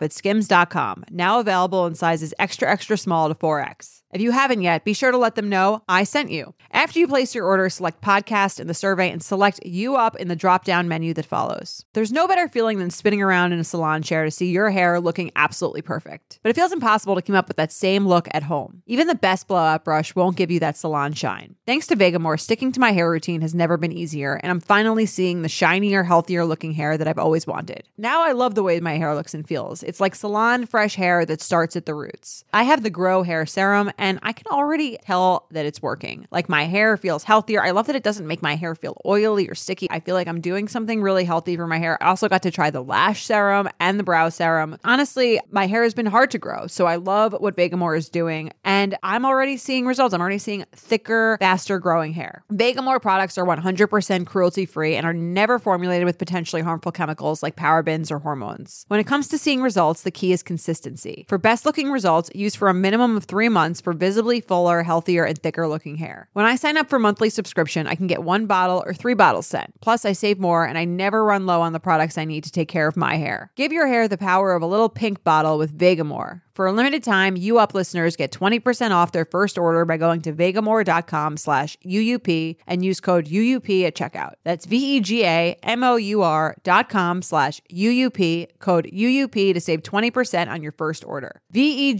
A: at skims.com, now available in sizes extra, extra small to 4X. If you haven't yet, be sure to let them know I sent you. After you place your order, select podcast in the survey and select you up in the drop down menu that follows. There's no better feeling than spinning around in a salon chair to see your hair looking absolutely perfect. But it feels impossible to keep up with that same look at home. Even the best blow out brush won't give you that salon shine. Thanks to Vegamore, sticking to my hair routine has never been easier, and I'm finally seeing the shinier, healthier looking hair that I've always wanted. Now I love the way my hair looks and feels. It's like salon fresh hair that starts at the roots. I have the Grow Hair Serum, and I can already tell that it's working. Like my hair feels healthier. I love that it doesn't make my hair feel oily or sticky. I feel like I'm doing something really healthy for my hair. I also got to try the lash serum and the brow serum. Honestly, my hair has been hard to grow, so I love what Vegamore is doing, and I'm already seeing results. I'm already seeing thicker, faster growing hair. Vegamore products are 100% cruelty free and are never formulated with potentially harmful chemicals like parabens or hormones. When it comes to seeing results, the key is consistency. For best looking results, use for a minimum of three months for visibly fuller, healthier, and thicker looking hair. When I sign up for monthly subscription, I can get one bottle or three bottles sent. Plus, I save more and I never run low on the products I need to take care of my hair. Give your hair the power of a little pink bottle with Vegamore. For a limited time, you up listeners get 20% off their first order by going to vegamore.com slash UUP and use code UUP at checkout. That's E V-E-G-A-M-O-U-R dot com slash UUP, code UUP to save 20% on your first order. E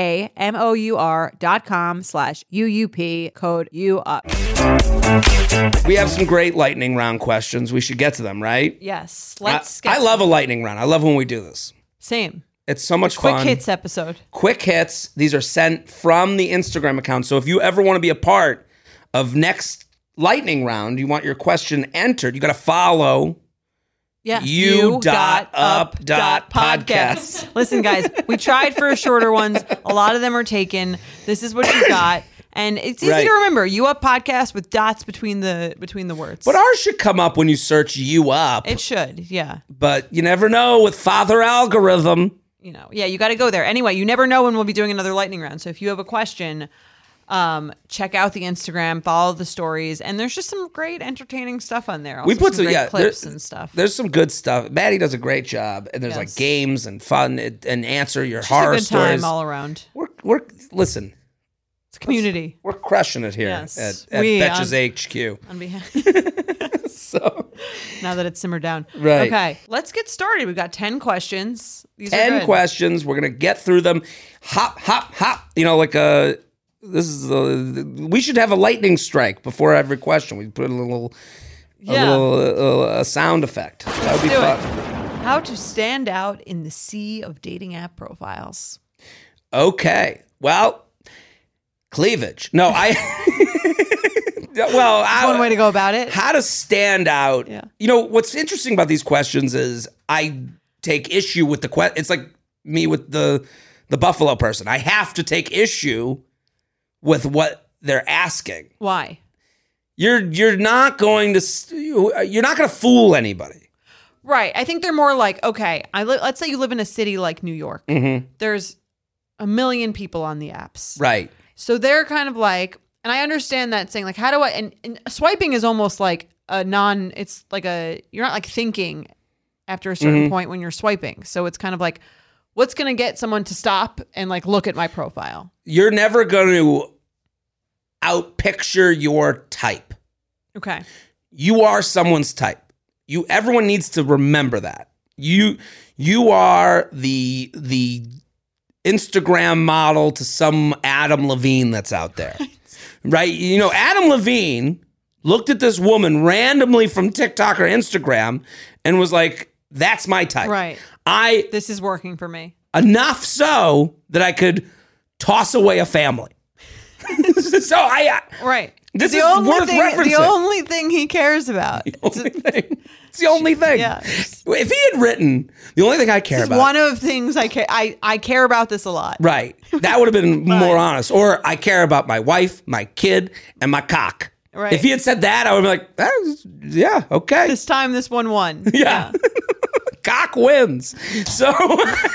A: V-E-G-A-M-O-U-R dot com slash UUP, code UUP.
B: We have some great lightning round questions. We should get to them, right?
D: Yes. Let's.
B: I, I
D: get-
B: love a lightning round. I love when we do this.
D: Same.
B: It's so much
D: Quick
B: fun.
D: hits episode.
B: Quick hits. These are sent from the Instagram account. So if you ever want to be a part of next lightning round, you want your question entered, you got to follow
D: Yeah.
B: You dot up dot podcast.
D: Listen, guys, we tried for shorter ones. A lot of them are taken. This is
B: [coughs]
D: what you got. And it's easy
B: Right.
D: to remember. You up podcast with dots between the between the words.
B: But ours should come up when you search you up,
D: it should, yeah.
B: but you never know with Father Algorithm.
D: You know, yeah, you got to go there. Anyway, you never know when we'll be doing another lightning round. So if you have a question, um, check out the Instagram, follow the stories, and there's just some great entertaining stuff on there. Also,
B: We put some,
D: great
B: yeah, there-
D: clips and stuff.
B: There's some good stuff. Maddie does a great job, and there's like
D: Yes.
B: games and fun and, and answer your
D: Just
B: horror
D: a good time
B: stories.
D: all around.
B: we're we're listen.
D: It's community.
B: We're crushing it here
D: Yes.
B: at, at
D: We,
A: uh,
B: Betches
D: um,
A: [laughs]
B: HQ.
D: On behalf.
B: So
D: now that it's simmered down.
B: Right.
D: Okay, let's get started. We've got 10 questions. These are
B: ten
D: good.
B: questions. We're gonna get through them. Hop, hop, hop. You know, like a This is the, we should have a lightning strike before every question. We put a little a
A: Yeah.
B: little uh, a sound effect. That would be
A: do it.
B: fun.
A: How to stand out in the sea of dating app profiles.
B: Okay. Well, cleavage. No,
A: [laughs]
B: I. [laughs] well, I,
A: One way to go about it.
B: how to stand out.
A: Yeah.
B: You know what's interesting about these questions is I take issue with the question. It's like me with the the buffalo person. I have to take issue with what they're asking.
A: Why?
B: You're you're not going to s- you're not going to fool anybody.
A: Right. I think they're more like, okay, I li- let's say you live in a city like New York.
B: Mm-hmm.
A: There's a million people on the apps.
B: Right.
A: So they're kind of like, and I understand that saying, like, how do I, and, and swiping is almost like a non, it's like a, you're not like thinking after a certain
B: Mm-hmm.
A: point when you're swiping. So it's kind of like, what's going to get someone to stop and like look at my profile?
B: You're never going to outpicture your type.
A: Okay.
B: you are someone's type you everyone needs to remember that you you are the the instagram model to some adam levine that's out there right you know adam levine looked at this woman randomly from tiktok or instagram and was like that's my type
A: Right.
B: i
A: This is working for me.
B: enough so that i could toss away a family [laughs] so i
A: Right.
B: This
A: the
B: is
A: only
B: worth
A: thing,
B: referencing.
A: The only thing he cares about. It's
B: only thing. It's the only thing.
A: Yeah.
B: If he had written, the only thing I care
A: This is
B: about.
A: one of the things I care. I, I care about this a lot.
B: right. That would have
A: [laughs]
B: been more honest. Or I care about my wife, my kid, and my cock.
A: Right.
B: If he had said that, I would be like, "That is- yeah, okay.
A: This time, this one won.
B: [laughs] Yeah. [laughs] cock wins. So, [laughs]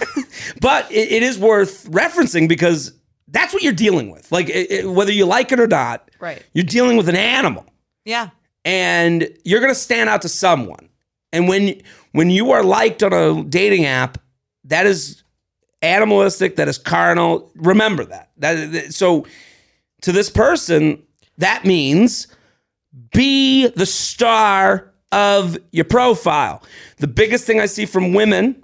B: but it, it is worth referencing because that's what you're dealing with. Like, it, it- whether you like it or not,
A: Right.
B: you're dealing with an animal.
A: Yeah.
B: and you're going to stand out to someone. And when when you are liked on a dating app, that is animalistic, that is carnal. Remember that. That, that- so to this person, that means be the star of your profile. The biggest thing I see from women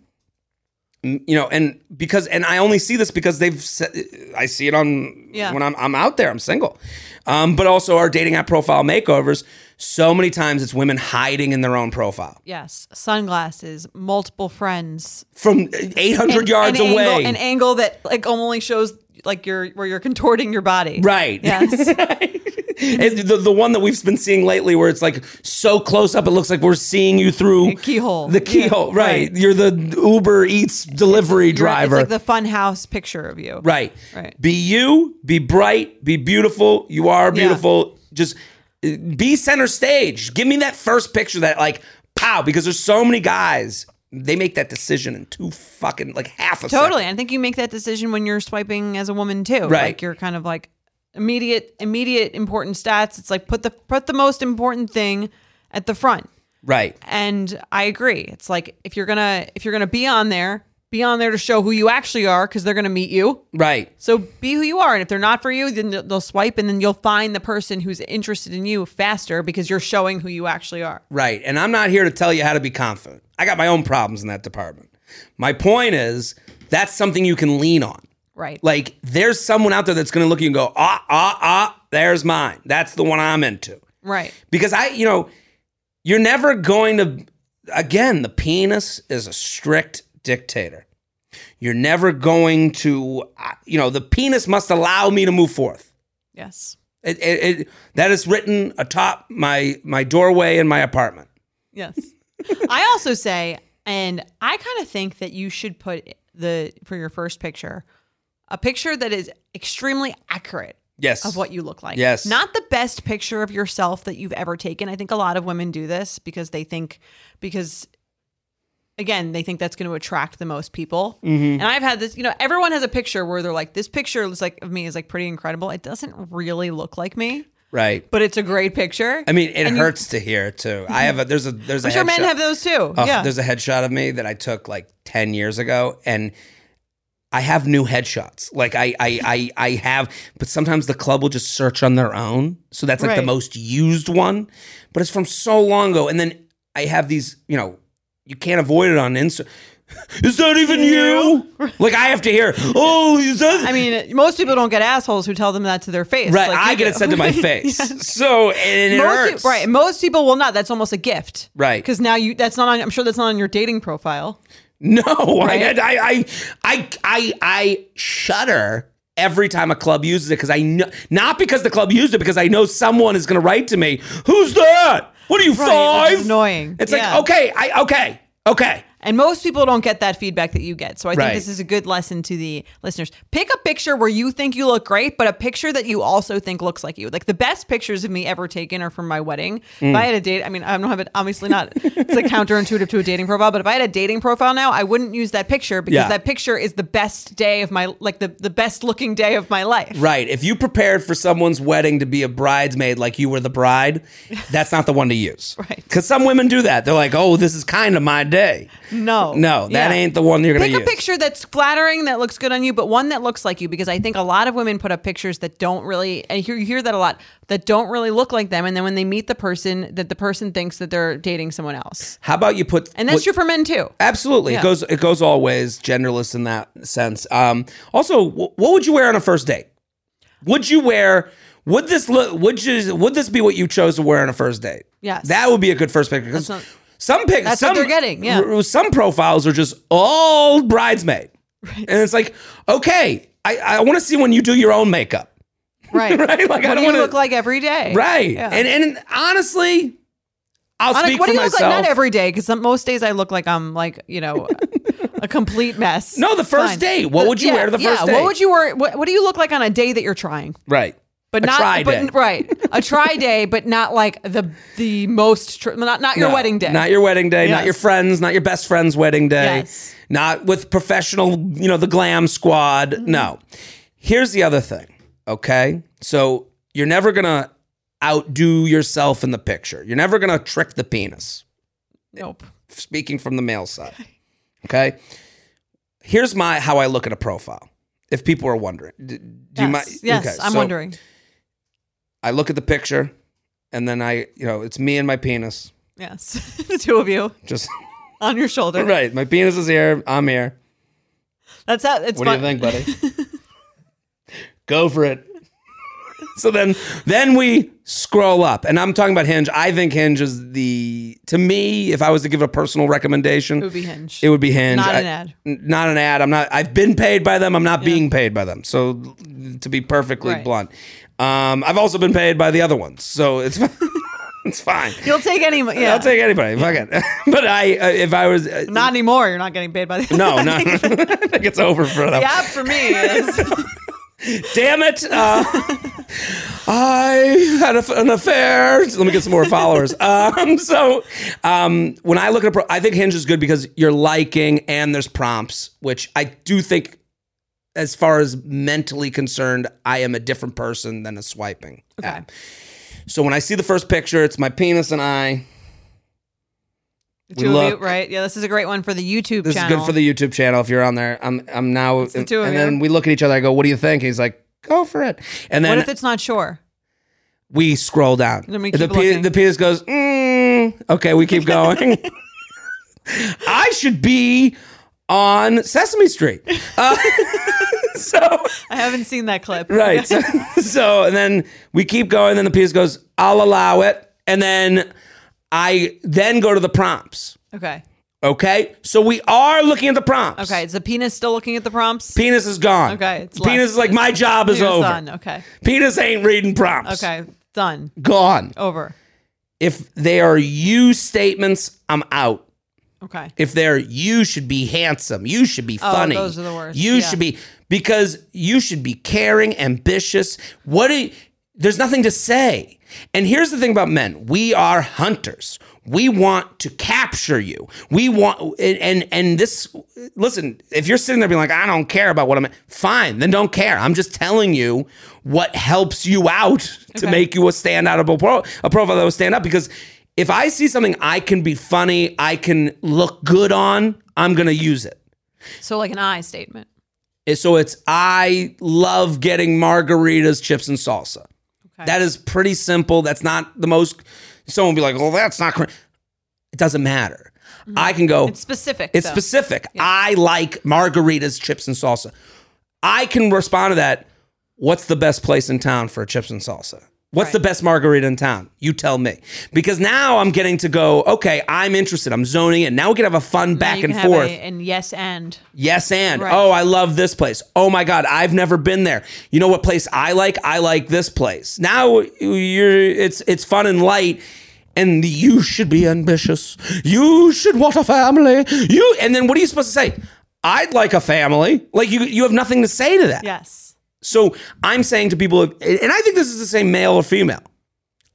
B: m- you know and because and i only see this because they've se- i see it on
A: Yeah.
B: when I'm, I'm out there i'm single um, but also our dating app profile makeovers so many times it's women hiding in their own profile
A: Yes. Sunglasses, multiple friends.
B: from 800 yards
A: an
B: away
A: Angle, an angle that like only shows like your where you're contorting your body.
B: right
A: Yes.
B: [laughs] And the, the one that we've been seeing lately where it's like so close up it looks like we're seeing you through
A: A keyhole.
B: the
A: Yeah,
B: keyhole right. you're the uber eats delivery
A: You're-
B: driver
A: It's like the fun house picture of you.
B: Right.
A: Right.
B: Be you, be bright, be beautiful. You are beautiful. Just uh, be center stage. Give me that first picture that like pow because there's so many guys they make that decision in two fucking like half a
A: Totally.
B: second.
A: I think you make that decision when you're swiping as a woman too.
B: Right.
A: Like you're kind of like immediate immediate important stats. It's like put the put the most important thing at the front.
B: Right.
A: And I agree. It's like if you're gonna if you're gonna be on there, be on there to show who you actually are because they're gonna meet you.
B: Right.
A: So be who you are, and if they're not for you, then they'll they'll swipe, and then you'll find the person who's interested in you faster because you're showing who you actually are.
B: Right. And I'm not here to tell you how to be confident. I got my own problems in that department. My point is that's something you can lean on.
A: Right.
B: Like there's someone out there that's going to look at you and go, "Ah ah ah, there's mine. That's the one I'm into."
A: right.
B: because I, you know, you're never going to, again, the penis is a strict dictator. You're never going to, uh, you know, the penis must allow me to move forth.
A: Yes.
B: It, it, it, that is written atop my my doorway in my apartment.
A: [laughs] Yes. I also say, and I kind of think that you should put the for your first picture a picture that is extremely accurate
B: Yes.
A: of what you look like.
B: Yes.
A: Not the best picture of yourself that you've ever taken. I think a lot of women do this because they think, because again, they think that's going to attract the most people.
B: Mm-hmm.
A: And I've had this, you know, everyone has a picture where they're like, this picture looks like of me is like pretty incredible. It doesn't really look like me,
B: Right.
A: but it's a great picture.
B: I mean, it hurts to hear too. I have a there's a there's a
A: I'm sure men
B: headshot-
A: have those too.
B: Oh,
A: yeah.
B: There's a headshot of me that I took like 10 years ago and I have new headshots. Like I I I, I have but sometimes the club will just search on their own. So that's like the
A: Right.
B: most used one, but it's from so long ago and then I have these, you know, you can't avoid it on Insta [laughs] Is that even you? Like I have to hear. Oh, is that?
A: I mean, most people don't get assholes who tell them that to their face.
B: right.
A: like
B: I
A: you
B: get
A: do.
B: it said to
A: [laughs]
B: my face. So and it
A: Most peop-
B: hurts.
A: right. Most people will not. That's almost a gift.
B: Right.
A: Because now you, that's not on, I'm sure that's not on your dating profile.
B: No, [laughs]
A: Right?
B: I, I, I, I, I, I shudder every time a club uses it because I know not because the club used it because I know someone is going to write to me. Who's that? What are you
A: Right,
B: five?
A: which is annoying.
B: It's
A: Yeah.
B: like okay, I okay, okay.
A: And most people don't get that feedback that you get. So I
B: Right.
A: think this is a good lesson to the listeners. Pick a picture where you think you look great, but a picture that you also think looks like you. Like the best pictures of me ever taken are from my wedding.
B: Mm.
A: If I had a date, I mean, I don't have it, obviously not, it's like counterintuitive to a dating profile, but if I had a dating profile now, I wouldn't use that picture because
B: Yeah.
A: that picture is the best day of my, like the, the best looking day of my life.
B: Right. If you prepared for someone's wedding to be a bridesmaid like you were the [laughs] bride, that's not the one to use.
A: Right.
B: Because some women do that. They're like, oh, this is kind of my [laughs] day.
A: No.
B: No, that
A: Yeah.
B: ain't the one you're going
A: Pick
B: to
A: a
B: use.
A: picture that's flattering, that looks good on you, but one that looks like you, because I think a lot of women put up pictures that don't really, and you hear- you hear that a lot, that don't really look like them, and then when they meet the person, that the person thinks that they're dating someone else,
B: How about you put
A: and that's
B: what-
A: true for men too.
B: Absolutely, it
A: Yeah.
B: goes it goes always genderless in that sense. Um, also, wh- what would you wear on a first date? Would you wear? Would this look? Would you? Would this be what you chose to wear on a first date?
A: Yes.
B: that would be a good first picture. 'cause
A: That's not-
B: some pic,
A: that's what
B: some
A: they're getting, yeah.
B: r- some profiles are just all bridesmaid, and it's like, okay, I, I want to see when you do your own makeup,
A: [laughs]
B: [laughs]
A: Right.
B: right? Like
A: What
B: I
A: do
B: don't
A: you
B: want to
A: look like every day?
B: right.
A: Yeah.
B: And and honestly, I'll
A: On a-
B: speak
A: what
B: for
A: do you
B: myself.
A: look like? Not every day, because most days I look like I'm like you know
B: [laughs]
A: a complete mess.
B: No, the first
A: Fine.
B: date. What would you
A: yeah,
B: wear to the
A: yeah.
B: first date?
A: What would you wear? What, what do you look like on a day that you're trying?
B: right.
A: but
B: A
A: not
B: try
A: but,
B: day.
A: right a try day but not like the the most tr- not not your
B: No,
A: wedding day
B: Not your wedding day, not
A: Yes.
B: your friends, not your best friend's wedding day.
A: Yes.
B: Not with professional, you know, the glam squad.
A: Mm-hmm.
B: No. Here's the other thing, okay? So you're never going to outdo yourself in the picture. You're never going to trick the penis,
A: nope
B: speaking from the male
A: [laughs]
B: side. Okay? Here's my how I look at a profile. If people are wondering, D- do you
A: yes,
B: mind?
A: yes
B: okay,
A: i'm
B: so
A: wondering
B: I look at the picture, and then I, you know, it's me and my penis.
A: yes [laughs] the two of you
B: Just [laughs]
A: on your shoulder
B: right. My penis is here. I'm here.
A: that's how it's
B: What do you
A: fun-
B: think, buddy?
A: [laughs]
B: Go for it. so then then we scroll up. And I'm talking about Hinge. I think Hinge is the to me, if I was to give a personal recommendation,
A: it would be hinge
B: it would be Hinge.
A: Not an
B: I-
A: ad.
B: n- Not an ad. I'm not I've been paid by them. I'm not being paid by them. So to be perfectly
A: Right.
B: blunt. Um, I've also been paid by the other ones. So it's [laughs] it's fine.
A: you'll take any mo- yeah
B: I'll take anybody. Fuck it. [laughs] but I uh, if I was uh,
A: not anymore you're not getting paid by the [laughs]
B: no, no. [laughs] I think it's over for them.
A: the app for me
B: [laughs]
A: is
B: damn it. Uh, [laughs] I had a, an affair. So let me get some more
A: [laughs]
B: followers. Um, so um, when I look at a pro, I think Hinge is good because you're liking and there's prompts, which I do think, as far as mentally concerned, I am a different person than a swiping app. So when I see the first picture, it's my penis and I.
A: the
B: We
A: two of you
B: look.
A: right yeah this is a great one for the youtube
B: This
A: channel
B: is good for the YouTube channel. If you're on there, I'm. I'm now.
A: the two of
B: and
A: you.
B: then we look at each other. I go, "What do you think?" He's like, "Go for it." And
A: what
B: then
A: if it's not sure
B: we scroll down.
A: Then we
B: the,
A: keep looking.
B: the penis goes, mm, okay, we keep
A: [laughs]
B: going. I should be on Sesame Street. Uh, [laughs] so,
A: i haven't seen that clip
B: right. So, [laughs] so, and then we keep going. Then the penis goes, I'll allow it. And then I then go to the prompts.
A: okay
B: Okay. So we are looking at the prompts.
A: okay is the penis still looking at the prompts
B: Penis is gone.
A: Okay, it's
B: penis
A: left.
B: is like, my job is
A: Penis
B: over.
A: done okay
B: Penis ain't reading prompts.
A: okay done
B: Gone.
A: over
B: If they are you statements, I'm out.
A: okay
B: If they're you should be handsome, you should be funny.
A: Oh, those are the worst,
B: You
A: yeah.
B: should be because you should be caring, ambitious. What do you, there's nothing to say. And here's the thing about men. We are hunters. We want to capture you. We want and and, and this listen, if you're sitting there being like, I don't care about what I'm fine, then don't care. I'm just telling you what helps you out to make you a standoutable pro a profile that will stand up because if I see something I can be funny, I can look good on, I'm gonna use it.
A: So like an I statement.
B: And So it's I love getting margaritas, chips, and salsa.
A: Okay.
B: That is pretty simple. That's not the most. Someone will be like, "Well, that's not." Cr-. It doesn't matter. I can go.
A: Mm-hmm. It's specific.
B: It's
A: though.
B: specific. I like margaritas, chips, and salsa. I can respond to that. What's the best place in town for chips and salsa? What's the best margarita in town? You tell me. Because now I'm getting to go, okay, I'm interested. I'm zoning in. Now we can have a fun
A: Now
B: back
A: you can
B: and
A: have
B: forth.
A: a- and yes, and
B: Yes, and
A: Right.
B: oh, I love this place. Oh my God, I've never been there. You know what place I like? I like this place. Now you're it's it's fun and light, and you should be ambitious. You should want a family. You and then what are you supposed to say? I'd like a family. Like you, you have nothing to say to that.
A: yes.
B: So I'm saying to people, and I think this is the same male or female.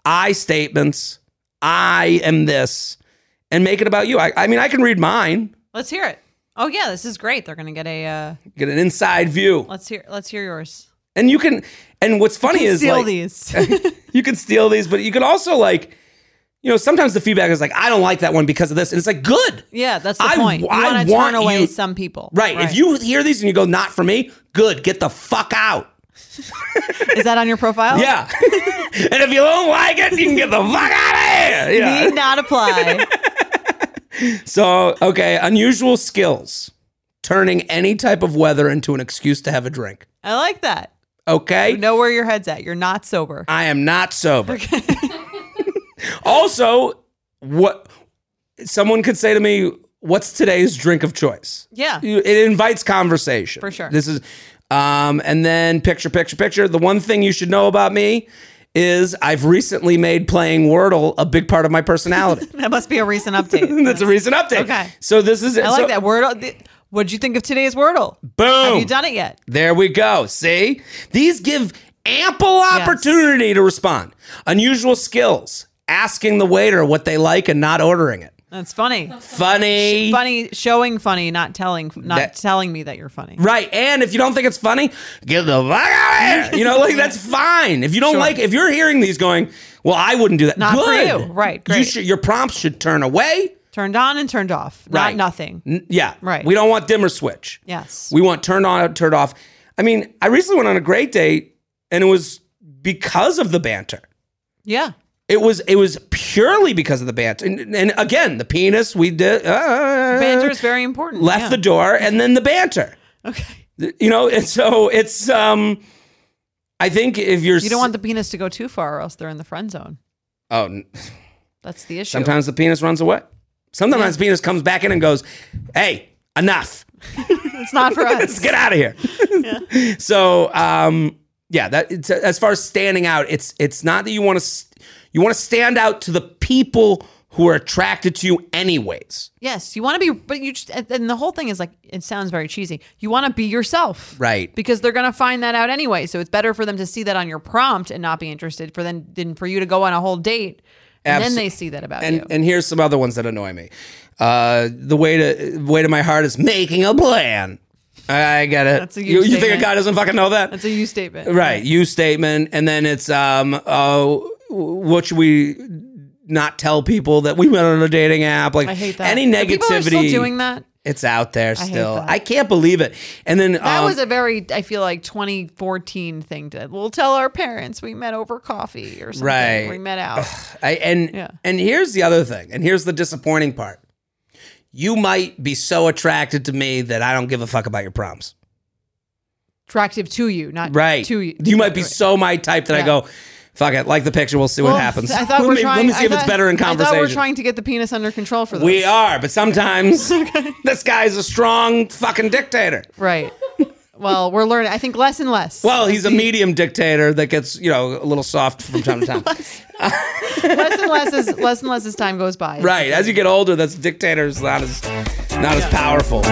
B: I statements. I am this, and make it about you. I, I mean, I can read mine.
A: Let's hear it. Oh yeah, this is great. They're gonna get a. Uh,
B: Get an inside view.
A: let's hear. Let's hear yours.
B: And you can, and what's funny is
A: Steal
B: like,
A: these.
B: [laughs] you can steal these, but you can also like, you know, sometimes the feedback is like, I don't like that one because of this, and it's like, good,
A: [laughs] yeah, that's the
B: I-
A: point. You
B: I
A: wanna
B: want
A: turn away
B: you-
A: some people,
B: right. If you hear these and you go, not for me, good, get the fuck out,
A: is that on your profile?
B: yeah. [laughs] and if you don't like it, you can get the fuck out of here, yeah. [laughs]
A: Need not apply.
B: So okay, unusual skills, turning any type of weather into an excuse to have a drink.
A: I like that.
B: Okay,
A: You know where your head's at. You're not sober.
B: I am not sober. [laughs] also, what someone could say to me, "What's today's drink of choice?"
A: Yeah.
B: You- It invites conversation
A: For sure.
B: This is, um, and then picture, picture, picture. The one thing you should know about me is I've recently made playing Wordle a big part of my personality. [laughs]
A: That must be a recent update.
B: That's a recent update.
A: Okay.
B: So this is it.
A: I like
B: So-
A: that Wordle. th- What'd you think of today's Wordle?
B: Boom.
A: Have you done it yet?
B: There we go. See? These give ample opportunity to respond. Unusual skills, asking the waiter what they like and not ordering it.
A: That's funny.
B: Funny.
A: Funny, showing funny, not telling, not
B: That-
A: telling me that you're funny.
B: Right. And if you don't think it's funny, get the fuck out
A: [laughs]
B: of here. You know, like that's fine. If you don't like, if you're hearing these going, well, I wouldn't do that.
A: Not for
B: Good.
A: you. Right,
B: You
A: great.
B: should, your prompts should turn away.
A: Turned on and turned off. Not
B: Right.
A: nothing.
B: N- yeah.
A: Right.
B: We don't want dimmer switch.
A: Yes.
B: We want turned on, turned off. I mean, I recently went on a great date and it was because of the banter.
A: yeah.
B: It was it was purely because of the banter, and, and again the penis we did uh,
A: Banter is very important.
B: left
A: yeah.
B: the door, and then the banter,
A: Okay.
B: you know. And so it's um, I think if you're
A: You don't want the penis to go too far, or else they're in the friend zone.
B: oh n-
A: That's the issue.
B: sometimes the penis runs away, sometimes the penis comes back in and goes, hey enough,
A: it's
B: [laughs]
A: not for
B: let's
A: us.
B: get out of
A: [laughs]
B: here. [laughs] So um, yeah, that it's, as far as standing out, it's it's not that you want to you want to stand out to the people who are attracted to you anyways.
A: Yes, you want to be, but you just, and- and the whole thing is like, it sounds very cheesy. You want to be yourself.
B: Right.
A: Because they're going to find that out anyway. So it's better for them to see that on your prompt and not be interested for them than for you to go on a whole date and
B: Abso-
A: then they see that about
B: and
A: you.
B: and here's some other ones that annoy me. Uh, the way to way to my heart is making a plan. I get it.
A: That's a
B: you,
A: you
B: you think a
A: statement.
B: guy doesn't fucking know that?
A: That's a you statement.
B: right. You statement, and then it's um, oh, what should we not tell people that we met on a dating app? Like
A: I hate that.
B: any
A: Are People are
B: negativity.
A: still doing that.
B: It's out there still. I,
A: that.
B: can't believe it. And then
A: That
B: um,
A: was a very, I feel like, 2014 thing to, we'll tell our parents we met over coffee or something.
B: Right.
A: We met out.
B: I, and
A: Yeah.
B: and here's the other thing, and here's the disappointing part. You might be so attracted to me that I don't give a fuck about your prompts.
A: Attractive to you, not
B: Right.
A: to you.
B: You might be
A: Right.
B: so my type that I
A: Yeah.
B: go, fuck it, like the picture, we'll see
A: Well,
B: what happens.
A: I thought
B: let,
A: we're
B: me,
A: trying,
B: let me see
A: I
B: if it's
A: thought-
B: better in
A: I thought we are
B: conversation.
A: trying to get the penis under control for this.
B: we are, but
A: [laughs]
B: sometimes this guy's a strong fucking dictator.
A: Right. Well, we're learning. I think less and
B: [laughs]
A: less.
B: Well, he's a medium dictator that gets, you know, a little soft from time
A: [laughs]
B: to time.
A: less and less as less and less as time
B: [laughs]
A: goes by.
B: right. As you get older, that's dictator's not as not as powerful.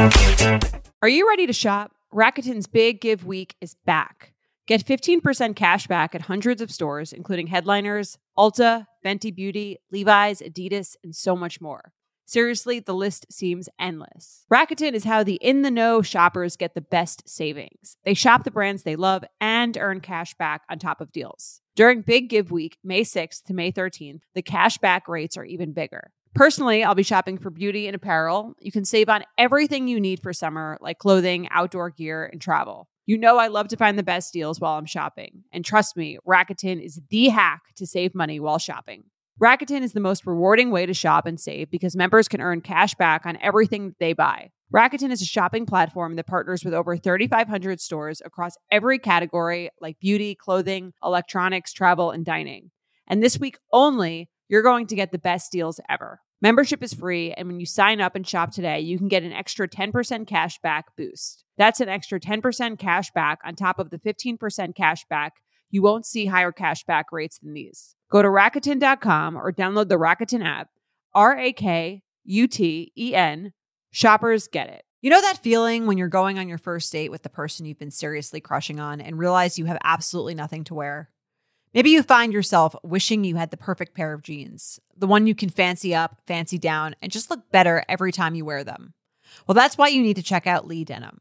E: Are you ready to shop? Rakuten's Big Give Week is back. Get 15% cash back at hundreds of stores, including Headliners, Ulta, Fenty Beauty, Levi's, Adidas, and so much more. Seriously, the list seems endless. Rakuten is how the in the know shoppers get the best savings. They shop the brands they love and earn cash back on top of deals. During Big Give Week, May 6th to May 13th, the cash back rates are even bigger. Personally, I'll be shopping for beauty and apparel. You can save on everything you need for summer, like clothing, outdoor gear, and travel. You know I love to find the best deals while I'm shopping. And trust me, Rakuten is the hack to save money while shopping. Rakuten is the most rewarding way to shop and save because members can earn cash back on everything that they buy. Rakuten is a shopping platform that partners with over 3,500 stores across every category like beauty, clothing, electronics, travel, and dining. And this week only, you're going to get the best deals ever. Membership is free, and when you sign up and shop today, you can get an extra 10% cash back boost. That's an extra 10% cash back on top of the 15% cash back. You won't see higher cash back rates than these. Go to Rakuten.com or download the Rakuten app. R A K U T E N. Shoppers get it.
A: You know that feeling when you're going on your first date with the person you've been seriously crushing on and realize you have absolutely nothing to wear? Maybe you find yourself wishing you had the perfect pair of jeans, the one you can fancy up, fancy down, and just look better every time you wear them. Well, that's why you need to check out Lee Denim.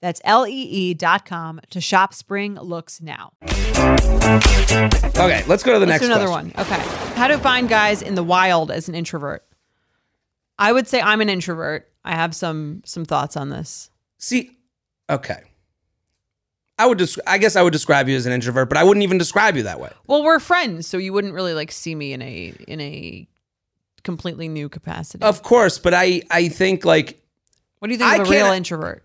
A: That's E lee.com to shop spring looks now.
B: Okay, let's go to the next
A: Let's do another
B: question.
A: one. Okay. How to find guys in the wild as an introvert? I would say I'm an introvert. I have some some thoughts on this.
B: See, okay. I would desc- I guess I would describe you as an introvert, but I wouldn't even describe you that way.
A: Well, we're friends, so you wouldn't really like see me in a in a completely new capacity.
B: Of course, but I I think like
A: what do you think
B: I
A: of a
B: can't-
A: real introvert?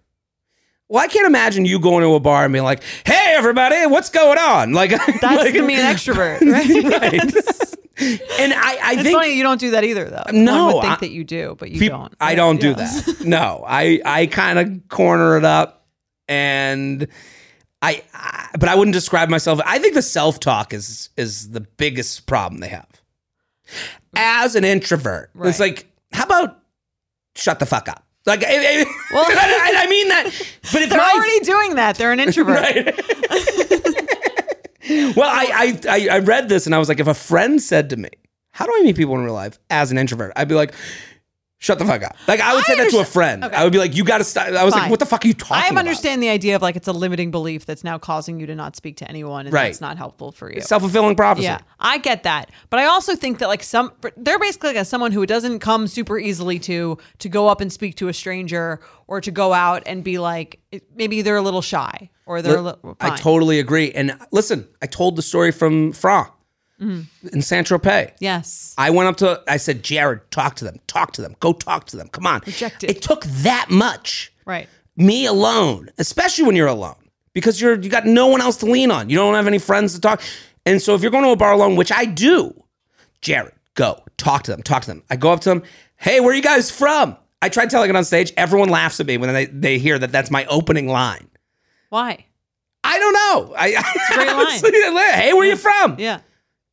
B: well, I can't imagine you going to a bar and being like, "Hey, everybody, what's going on?" Like [laughs] that's
A: That's
B: [laughs] like,
A: to me an
B: [laughs]
A: extrovert, right?
B: right. and I I
A: It's
B: think
A: funny you don't do that either, though.
B: No,
A: One would think
B: I-
A: that you do, but you
B: peop-
A: don't.
B: I don't do
A: Yeah.
B: that. No, I I kind of corner it up, and I, I but I wouldn't describe myself. I think the self talk is is the biggest problem they have. As an introvert,
A: Right.
B: it's like how about shut the fuck up? Like, it, it- [laughs]
A: Well-
B: and I, and I mean that, but it's
A: [laughs] [laughs] They're
B: my
A: already doing that.
B: [laughs]
A: They're an introvert.
B: well, I, I, I, I read this and I was like, if a friend said to me, How do I meet people in real life as an introvert? I'd be like, Shut the fuck up. Like, I would
A: I
B: say that to a
A: understand-
B: friend.
A: okay.
B: I would be like, You gotta stop. I was
A: Fine.
B: like, What the fuck are you talking
A: I
B: about?
A: understand the idea of like it's a limiting belief that's now causing you to not speak to anyone, and
B: Right.
A: that's not helpful for you.
B: Self fulfilling prophecy.
A: yeah, I get that, but I also think that like some they're basically like a, someone who it doesn't come super easily to to go up and speak to a stranger or to go out and be like it- maybe they're a little shy or they're a little.
B: I totally agree. And listen, I told the story from Fra
A: Mm-hmm.
B: in San Tropez.
A: yes.
B: I went up to, I said, Jared, talk to them, talk to them, go talk to them. Come on.
A: Rejected.
B: It took that much.
A: Right.
B: me alone, especially when you're alone, because you're you got no one else to lean on. You don't have any friends to talk. And so if you're going to a bar alone, which I do, Jared, go talk to them, talk to them. I go up to them, hey, where are you guys from? I try telling it on stage. Everyone laughs at me when they, they hear that that's my opening line.
A: Why?
B: I don't know. I, [laughs] it's
A: a great line.
B: hey, where are you from?
A: Yeah.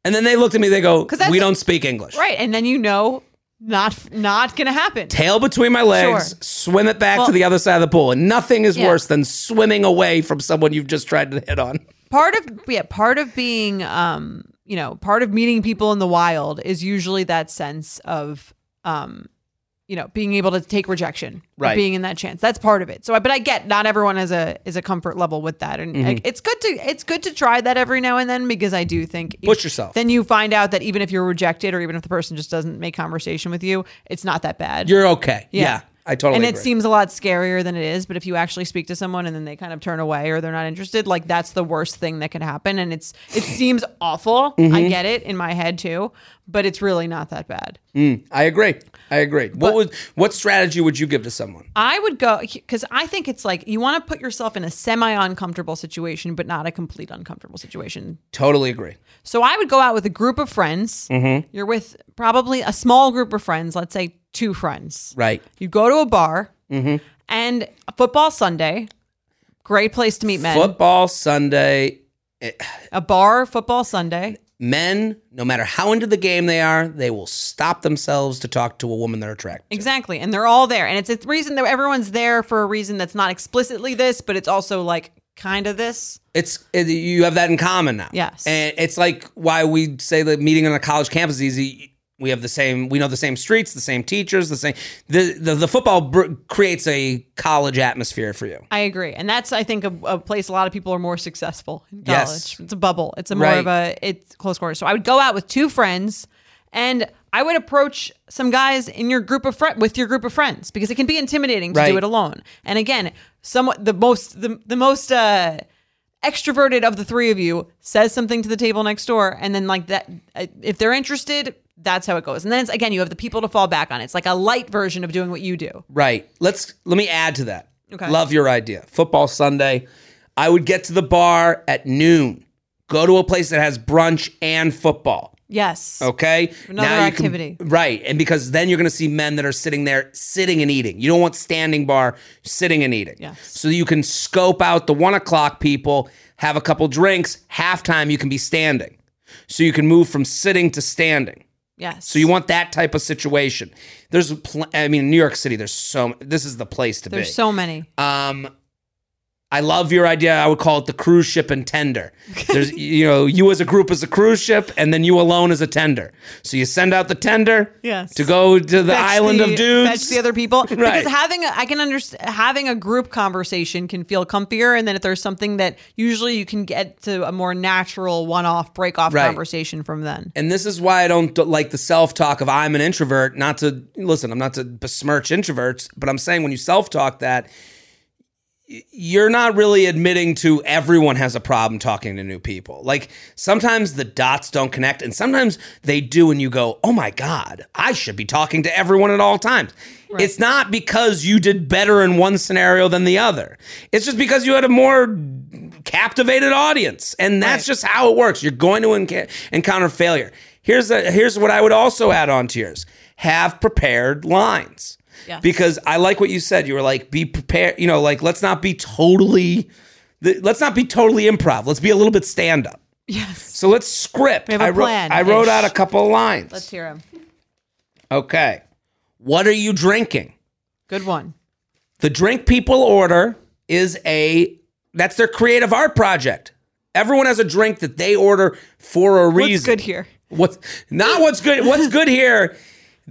B: And then they looked at me. They go,
A: that's-
B: we don't speak English.
A: Right, and then you know, not not gonna happen.
B: Tail between my legs,
A: Sure.
B: swim it back
A: Well-
B: to the other side of the pool. And nothing is
A: Yeah.
B: worse than swimming away from someone you've just tried to hit on.
A: part of yeah part of being um you know part of meeting people in the wild is usually that sense of um you know being able to take rejection or
B: Right.
A: being in that chance that's part of it so I- but i get not everyone has a is a comfort level with that
B: Mm-hmm.
A: and like, it's good to it's good to try that every now and then because i do think
B: Push yourself.
A: then you find out that even if you're rejected or even if the person just doesn't make conversation with you it's not that bad
B: You're okay. Yeah, I totally.
A: and it
B: agree.
A: seems a lot scarier than it is, but if you actually speak to someone and then they kind of turn away or they're not interested, like that's the worst thing that can happen. And it's
B: [laughs]
A: it seems awful.
B: Mm-hmm.
A: I get it in my head too, but it's really not that bad.
B: I agree. I agree. what would what strategy would you give to someone?
A: I would go because I think it's like you want to put yourself in a semi uncomfortable situation, but not a complete uncomfortable situation.
B: Totally agree.
A: So I would go out with a group of friends.
B: Mm-hmm.
A: You're with probably a small group of friends, let's say two friends.
B: Right. Mm-hmm.
A: You go to a bar and football Sunday. Great place to meet men.
B: Football Sunday.
A: a bar, football Sunday.
B: Men, no matter how into the game they are, they will stop themselves to talk to a woman they're attracted to.
A: Exactly. And they're all there. And it's a reason that everyone's there for a reason that's not explicitly this, but it's also like kind of this.
B: It's it, you have that in common now.
A: Yes.
B: and it's like why we say that meeting on a college campus is easy. We have the same, we know the same streets, the same teachers, the same. The the, the football br- creates a college atmosphere for you.
A: I agree, and that's I think a, a place a lot of people are more successful in college.
B: Yes.
A: It's a bubble. It's a more
B: Right.
A: of a it's close quarters. So I would go out with two friends, and I would approach some guys in your group of friend with your group of friends because it can be intimidating to do
B: Right.
A: it alone. And again, somewhat the most the the most uh, extroverted of the three of you says something to the table next door, and then like that uh, if they're interested. That's how it goes. And then it's, again, you have the people to fall back on. It's like a light version of doing what you do.
B: Right. Let's let me add to that.
A: Okay.
B: Love your idea. Football Sunday. I would get to the bar at noon. Go to a place that has brunch and football.
A: Yes.
B: Okay.
A: Another
B: you can-
A: activity.
B: right. And because then you're going to see men that are sitting there, sitting and eating. You don't want standing bar, sitting and eating.
A: Yes.
B: So you can scope out the one o'clock people, have a couple drinks. Halftime, you can be standing. So you can move from sitting to standing.
A: Yes.
B: So you want that type of situation. There's, pl- I mean, in New York City, there's so, this is the place to be.
A: There's so many.
B: Um, I love your idea. I would call it the cruise ship and tender.
A: [laughs]
B: There's, you know, you as a group as a cruise ship, and then you alone as a tender. So you send out the tender
A: Yes.
B: to go to the
A: fetch
B: island
A: the-
B: of dudes.
A: Fetch the other people
B: [laughs] Right.
A: because having a, I can understand having a group conversation can feel comfier, and then if there's something that usually you can get to a more natural one-off break-off
B: Right.
A: conversation from then.
B: and this is why I don't d- like the self talk of I'm an introvert. Not to listen, I'm not to besmirch introverts, but I'm saying when you self talk that, y- you're not really admitting to everyone has a problem talking to new people. Like sometimes the dots don't connect, and sometimes they do, and you go, oh my God, I should be talking to everyone at all times. It's not because you did better in one scenario than the other. It's just because you had a more captivated audience. And that's just how it works. You're going to enca- encounter failure. Here's a, here's what I would also add on to yours. Have prepared lines.
A: Yes.
B: Because I like what you said. You were like be prepared, you know, like let's not be totally th- let's not be totally improv. Let's be a little bit stand up.
A: [laughs] Yes.
B: So let's script.
A: have a
B: I wrote
A: plan-ish.
B: I wrote out a couple of lines.
A: Let's hear him.
B: Okay. What are you drinking?
A: Good one.
B: The drink people order is a that's their creative art project. Everyone has a drink that they order for a reason.
A: What's good here?
B: What's not what's good? What's good here?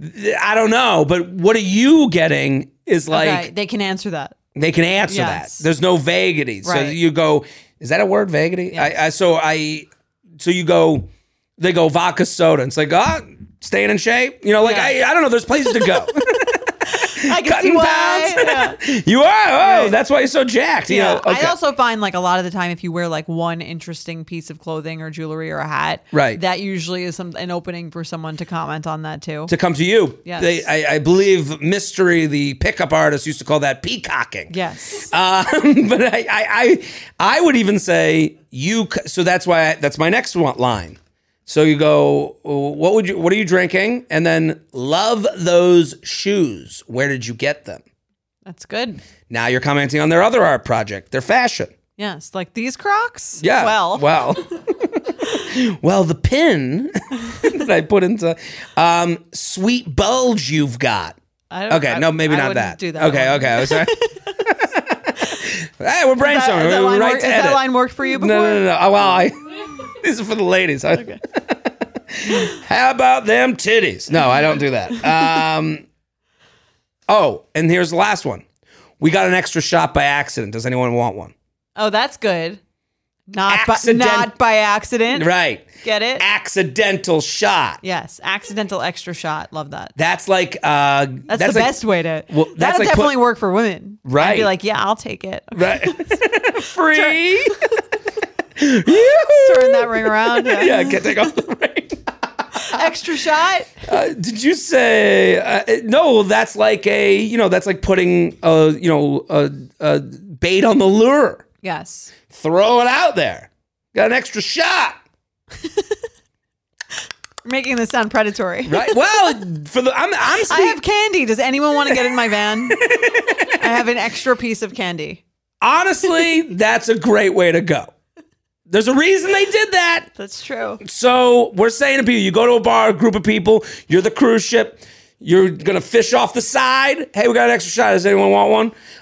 B: th- I don't know, but what are you getting is like
A: okay, they can answer that.
B: they can answer
A: Yes.
B: that. There's no vagity. So
A: Right.
B: you go, is that a word vagity? I, I so I so you go they go vodka soda. It's like, ah, staying in shape. You know, like
A: Yeah.
B: I, I don't know, there's places to go.
A: [laughs] I can see
B: Cutting
A: why.
B: pounds. [laughs]
A: [laughs] Yeah.
B: you are. Oh,
A: Right.
B: that's why you're so jacked. You
A: Yeah.
B: know, okay.
A: I also find like a lot of the time if you wear like one interesting piece of clothing or jewelry or a hat,
B: Right.
A: That usually is some an opening for someone to comment on that too.
B: to come to you.
A: Yes.
B: They, I, I believe mystery, the pickup artist used to call that peacocking.
A: yes.
B: Um, [laughs] but I, I, I, I would even say you. c- So that's why that's my next one line. So you go, what would you? What are you drinking? And then love those shoes. Where did you get them?
A: That's good.
B: Now you're commenting on their other art project, their fashion.
A: Yes, like these Crocs.
B: Yeah.
A: Well,
B: well, [laughs] well. The pin [laughs] that I put into um, sweet bulge you've got.
A: I don't,
B: Okay,
A: I-
B: no, maybe
A: I
B: not
A: wouldn't
B: that.
A: Do that.
B: Okay,
A: one.
B: okay.
A: [laughs]
B: I was sorry. [laughs] hey, we're brainstorming.
A: Has that, has that
B: We're
A: line
B: right
A: worked,
B: to
A: has that
B: edit.
A: line worked for you before?
B: No, no, no, no. Oh, well, I,
A: [laughs]
B: these are for the ladies. [laughs] How about them titties? No, I don't do that. Um, [laughs] oh, and here's the last one. We got an extra shot by accident. Does anyone want one?
A: Oh, that's good. Not by,
B: Accident-
A: not by accident.
B: Right.
A: Get it?
B: Accidental shot.
A: yes, accidental extra shot. Love that.
B: That's like uh,
A: That's, the
B: like-
A: best way to.
B: Well,
A: that'll
B: that's like put-
A: definitely work for women. I'd be
B: Right.
A: like, yeah, I'll take it.
B: [laughs]
A: [laughs]
B: Right. Free. [laughs]
A: Turn that ring around. Yeah.
B: yeah, get take off the [laughs] ring.
A: Extra shot.
B: Uh, did you say uh, no? That's like a you know that's like putting a you know a, a bait on the lure.
A: Yes.
B: Throw it out there. Got an extra shot,
A: You're making this sound predatory.
B: right? well, for the I'm I'm
A: I
B: speaking. [laughs]
A: have candy. Does anyone want to get in my van? I have an extra piece of candy.
B: Honestly, that's a great way to go. There's a reason they did that.
A: That's true.
B: So we're saying to people, you go to a bar, a group of people, you're the cruise ship, you're gonna fish off the side. Hey, we got an extra shot. Does anyone want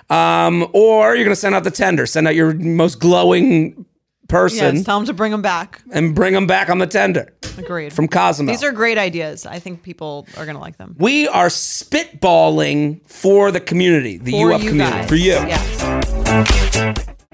B: one? Um, or you're gonna send out the tender, send out your most glowing
A: Yeah,
B: person,
A: it's time to bring them back.
B: and bring them back on the tender
A: Agreed.
B: from Cosmo.
A: These are great ideas. I think people are going to like them.
B: we are spitballing for the community, the
A: For
B: U Up
A: you
B: community,
A: guys.
B: for you.
A: Yes.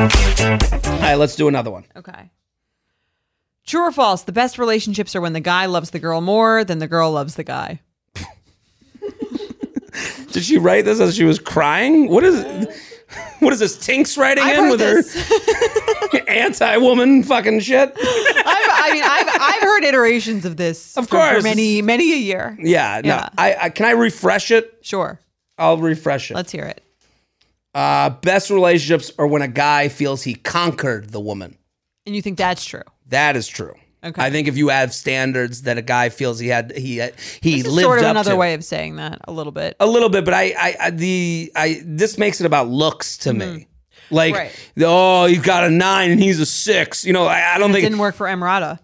B: All right, let's do another one.
A: Okay. True or false? The best relationships are when the guy loves the girl more than the girl loves the guy.
B: Did she write this as she was crying? What is [laughs] what is this Tinks writing
A: I've
B: in
A: heard
B: with
A: this.
B: her [laughs] anti-woman fucking shit?
A: [laughs] I've, I mean, I've, I've heard iterations of this.
B: Of
A: for- for
B: course.
A: many many a year.
B: Yeah, no.
A: Yeah.
B: I, I can I refresh it.
A: Sure.
B: I'll refresh it.
A: Let's hear it.
B: Uh, best relationships are when a guy feels he conquered the woman.
A: And you think that's true?
B: That is true.
A: Okay.
B: I think if you have standards that a guy feels he had, he uh, he
A: This is
B: lived
A: sort of
B: up
A: another
B: to. Oh,
A: way of saying that a little bit.
B: A little bit, but I, I, I the, I this makes it about looks to me. Like,
A: Mm-hmm. Right.
B: oh, you got a nine and he's a six. You know, I, I don't think.
A: Didn't work for Emrata.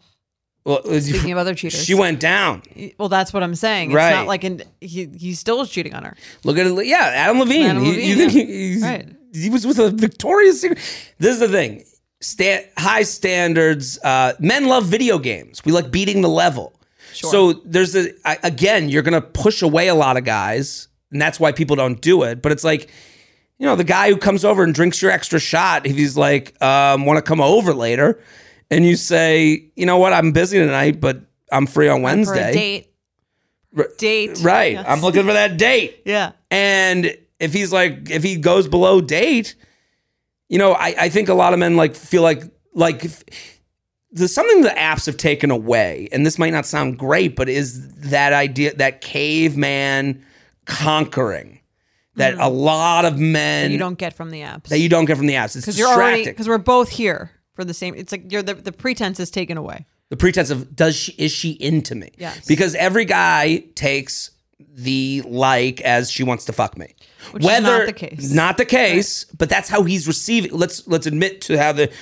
B: well,
A: Speaking of other cheaters,
B: she went down.
A: Well, that's what I'm saying. It's
B: Right.
A: not like an, he he still is cheating on her.
B: Look at it. Yeah, Adam Levine.
A: Adam
B: He-
A: Levine,
B: you think
A: yeah.
B: he, he's-
A: Right.
B: he was with a Victoria's Secret? This is the thing. Sta high standards. Uh, men love video games. We like beating the level. So there's a I, again, you're gonna push away a lot of guys, and that's why people don't do it. But it's like, you know, the guy who comes over and drinks your extra shot. If he's like, um, want to come over later, and you say, you know what, I'm busy tonight, but I'm free on
A: For
B: Wednesday.
A: a date.
B: R-
A: Date.
B: Right.
A: Yeah.
B: I'm looking for that date.
A: yeah.
B: And if he's like, if he goes below date, you know, I, I think a lot of men like feel like, like, if- there's something the apps have taken away, and this might not sound great, but is that idea, that caveman conquering that a lot of men
A: Mm. You don't get from the apps.
B: that you don't get from the apps. It's
A: because you're already
B: distracting.
A: because we're both here for the same. It's like you're the, the pretense is taken away.
B: the pretense of does she is she into me?
A: Yes.
B: Because every guy takes the like as she wants to fuck me.
A: Which is not the case.
B: Not the case, but that's how he's receiving. Let's let's admit to how the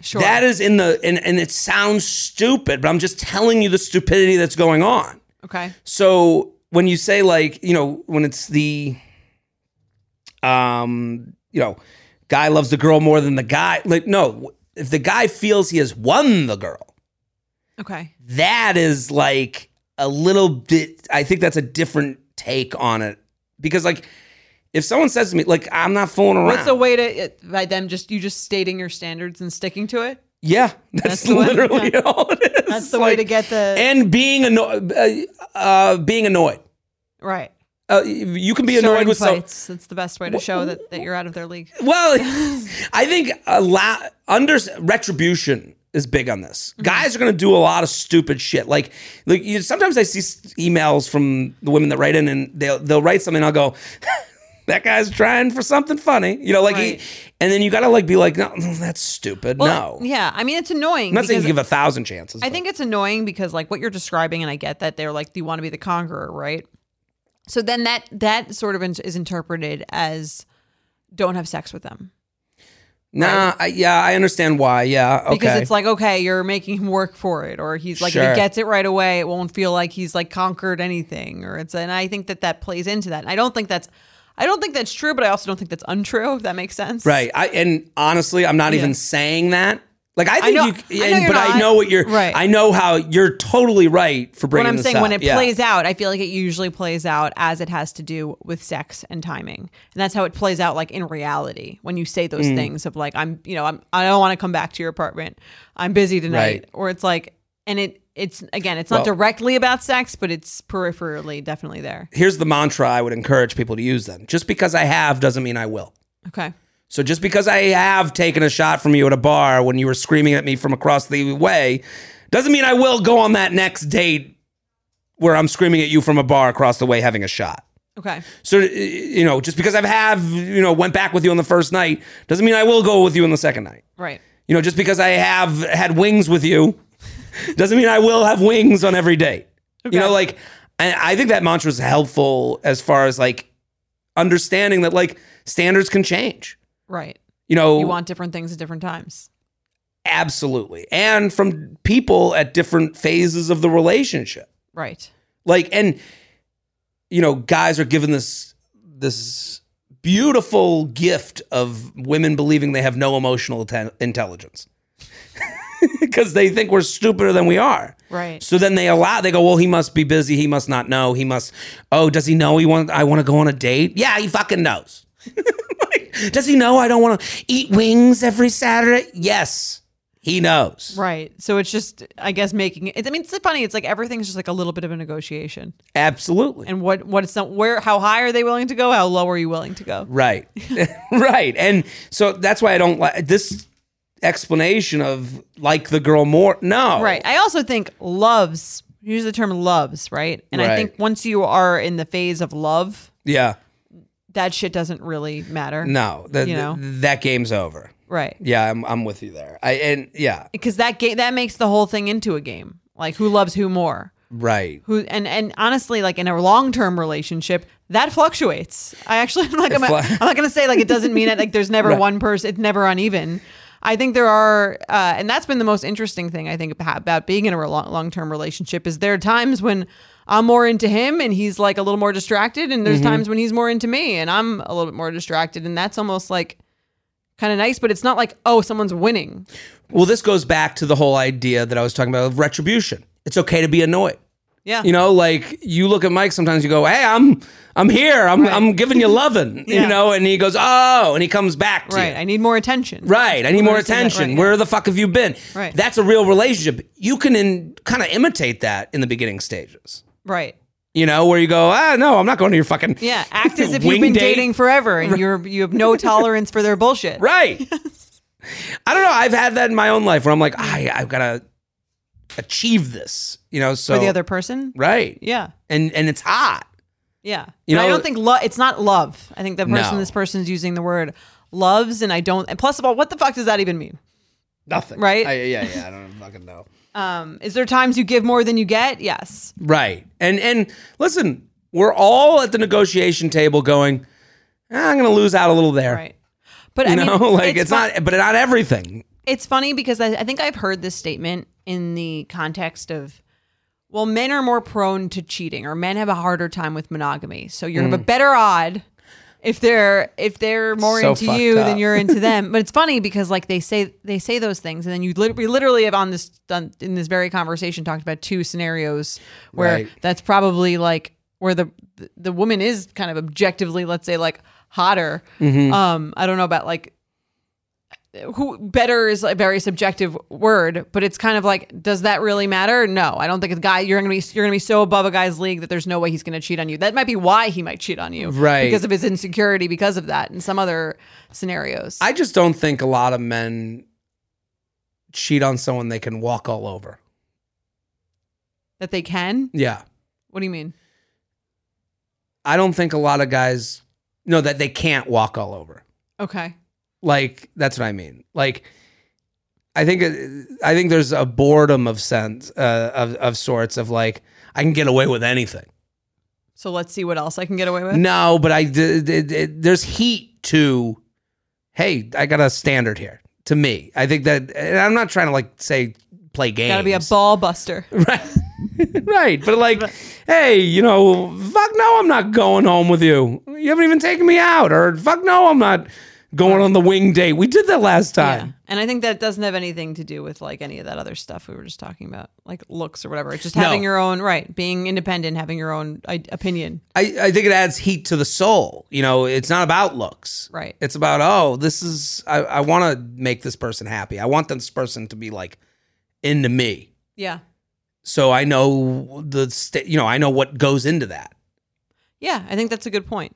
A: Sure.
B: that is in the and, and it sounds stupid, but I'm just telling you the stupidity that's going on.
A: Okay.
B: So when you say like, you know, when it's the um, you know, guy loves the girl more than the guy, like no, if the guy feels he has won the girl,
A: Okay.
B: that is like a little bit I think that's a different take on it because like if someone says to me like I'm not fooling around.
A: What's a way to it, by them just you just stating your standards and sticking to it?
B: Yeah, that's,
A: That's the way-
B: literally [laughs] all it is.
A: That's the way to get the-
B: and being annoyed, uh, uh, being annoyed.
A: Right.
B: Uh, you can be
A: Starting
B: annoyed with some.
A: fights. That's the best way to show that, that you're out of their league.
B: Well, [laughs] I think a lot under retribution is big on this.
A: Mm-hmm.
B: Guys are going to do a lot of stupid shit. Like, like you, sometimes I see s- emails from the women that write in, and they'll they'll write something, and I'll go. [laughs] That guy's trying for something funny, you know. Like,
A: Right.
B: he, and then you gotta like be like, no, [laughs] that's stupid. no,
A: Yeah. I mean, it's annoying.
B: I'm not saying
A: because
B: you give a thousand chances.
A: I
B: but-
A: think it's annoying because like what you're describing, and I get that they're like you want to be the conqueror, right? So then that that sort of in- is interpreted as don't have sex with them.
B: Nah, I, yeah, I understand why. Yeah, okay.
A: Because it's like, okay, you're making him work for it, or he's like, if
B: Sure.
A: he gets it right away, it won't feel like he's like conquered anything, or it's. And I think that that plays into that. And I don't think that's, I don't think that's true, but I also don't think that's untrue. If that makes sense,
B: Right. I and honestly, I'm not even saying that. Like I think
A: know-
B: you,
A: I know
B: and,
A: you're
B: but
A: not.
B: I know what you're.
A: Right.
B: I know how you're totally right for bringing
A: What I'm
B: this
A: saying
B: up.
A: when it
B: Yeah.
A: plays out, I feel like it usually plays out as it has to do with sex and timing, and that's how it plays out like in reality when you say those
B: Mm.
A: things of like I'm, you know, I'm I don't want to come back to your apartment, I'm busy tonight,
B: Right.
A: or it's like, and it it's again, it's not directly about sex, but it's peripherally definitely there.
B: Here's the mantra I would encourage people to use. Then, just because I have doesn't mean I will.
A: Okay,
B: So just because I have taken a shot from you at a bar when you were screaming at me from across the way, doesn't mean I will go on that next date where I'm screaming at you from a bar across the way having a shot.
A: okay,
B: So uh, you know, just because I've have you know went back with you on the first night doesn't mean I will go with you on the second night.
A: right,
B: You know, just because I have had wings with you doesn't mean I will have wings on every date. You know, like I, I think that mantra is helpful as far as like understanding that like standards can change.
A: right.
B: You know,
A: You want different things at different times.
B: absolutely, and from people at different phases of the relationship.
A: Right.
B: Like, and you know, guys are given this this beautiful gift of women believing they have no emotional atten- intelligence [laughs] because they think we're stupider than we are.
A: Right.
B: So then they allow. They go, well, he must be busy. He must not know. He must. Oh, does he know he want? I want to go on a date. Yeah, he fucking knows. [laughs] Like, does he know I don't want to eat wings every Saturday? Yes, he knows.
A: Right. So it's just, I guess, making it. I mean, it's funny. It's like everything's just like a little bit of a negotiation.
B: Absolutely.
A: and what what it's not where how high are they willing to go how low are you willing to go
B: Right. [laughs] right. And so that's why I don't like this explanation of like the girl more. No.
A: right i also think loves use the term loves right and i think
B: Right.
A: once you are in the phase of love
B: Yeah.
A: that shit doesn't really matter
B: No. The,
A: You know?
B: the- that game's over.
A: right
B: Yeah, I'm I'm with you there. I and yeah,
A: because that game that makes the whole thing into a game like who loves who more
B: right.
A: who and and honestly like in a long-term relationship that fluctuates i actually [laughs] i'm not gonna
B: flu-
A: i'm not gonna say like it doesn't mean it like there's
B: [laughs]
A: never one person it's never uneven i think there are uh, and that's been the most interesting thing i think about, about being in a rel- long-term relationship is there are times when i'm more into him and he's like a little more distracted and there's
B: Mm-hmm.
A: times when he's more into me and i'm a little bit more distracted and that's almost like kind of nice but it's not like oh someone's winning
B: Well, this goes back to the whole idea that I was talking about of retribution. It's okay to be annoyed.
A: yeah
B: You know, like you look at Mike sometimes you go, "Hey, I'm I'm here. I'm I'm giving you
A: [laughs]
B: loving."
A: Yeah.
B: You know, and he goes, "Oh," and he comes back to you.
A: right i need more attention
B: Right. I need more
A: Where's the-
B: attention.
A: right, yeah.
B: Where the fuck have you been?
A: Right.
B: That's a real relationship. You can in, kind of imitate that in the beginning stages.
A: right
B: You know, where you go, ah, no, I'm not going to your fucking
A: Yeah, act
B: [laughs]
A: as if you've
B: wing
A: been
B: date."
A: dating forever and you're you have
B: [laughs]
A: no tolerance for their bullshit. [laughs]
B: Right. I don't know. I've had that in my own life where I'm like, I, I've got to achieve this. You know, so
A: For the other person.
B: right,
A: Yeah.
B: and and it's hot.
A: Yeah.
B: You
A: But I
B: know-
A: don't think love it's not love. I think the person
B: No.
A: this person's using the word loves and I don't and plus of all what the fuck does that even mean?
B: Nothing.
A: Right?
B: I, yeah, yeah. I don't fucking know.
A: Um is there times you give more than you get? Yes.
B: Right. And and listen, we're all at the negotiation table going. "Ah, I'm going to lose out a little there.
A: Right. But I
B: You
A: mean
B: know, [laughs] like it's,
A: fu-
B: not, but not everything.
A: it's funny because I, I think I've heard this statement in the context of, well, men are more prone to cheating, or men have a harder time with monogamy. So you are
B: Mm.
A: have a better odd if they're if they're more
B: so
A: into
B: fucked
A: you than
B: up.
A: you're
B: [laughs]
A: into them. But it's funny because like they say they say those things, and then you lit- we literally have on this done in this very conversation talked about two scenarios where
B: Right.
A: that's probably like where the the woman is kind of objectively, let's say, like hotter.
B: Mm-hmm.
A: Um, I don't know about like who better is a very subjective word, but it's kind of like, does that really matter? No, I don't think a guy you're gonna be you're gonna be so above a guy's league that there's no way he's gonna cheat on you. That might be why he might cheat on you,
B: Right.
A: Because of his insecurity, because of that, and some other scenarios.
B: I just don't think a lot of men cheat on someone they can walk all over.
A: that they can.
B: Yeah.
A: What do you mean?
B: I don't think a lot of guys know that they can't walk all over.
A: Okay,
B: Like that's what I mean. Like I think I think there's a boredom of sense uh, of of sorts of like I can get away with anything.
A: so let's see what else I can get away with.
B: No, but I d- d- d- there's heat to hey, I got a standard here to me. I think that, and I'm not trying to like say play games.
A: Gotta be a ball buster.
B: [laughs] right. But like, hey, you know, fuck no, I'm not going home with you. You haven't even taken me out. Or fuck no, I'm not going on the wing date. We did that last time.
A: Yeah. And I think that doesn't have anything to do with like any of that other stuff we were just talking about, like looks or whatever. It's just having your own right, being independent, having your own I- opinion.
B: I, I think it adds heat to the soul. You know, it's not about looks.
A: Right.
B: It's about, oh, this is, I, I want to make this person happy. I want this person to be like into me.
A: Yeah.
B: So I know the, sta you know, I know what goes into that.
A: Yeah, I think that's a good point.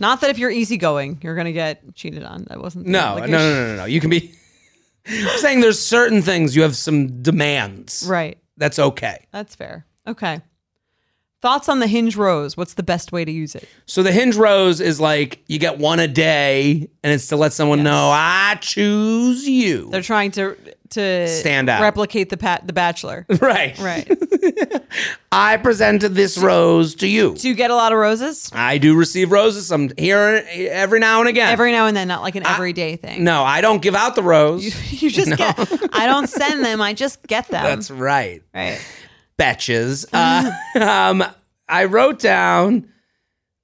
A: Not that if you're easygoing, you're gonna get cheated on. That wasn't the-
B: No,
A: like,
B: no, no, no, no, no. You can be [laughs] I'm saying there's certain things you have some demands.
A: Right.
B: That's okay.
A: That's fair. Okay. Thoughts on the hinge rose? What's the best way to use it?
B: So the hinge rose is like you get one a day, and it's to let someone know I choose you.
A: They're trying to to
B: Stand out.
A: replicate the pat
B: [laughs]
A: the Bachelor.
B: [laughs] right.
A: Right.
B: I presented this rose to you.
A: Do you get a lot of roses
B: I do receive roses. I'm here every now and again.
A: every now and then? Not like an everyday thing.
B: no, I don't give out the rose.
A: you just get. I don't send them. I just get
B: [laughs]
A: them.
B: That's right.
A: right. [laughs]
B: Betches. Uh, um, I wrote down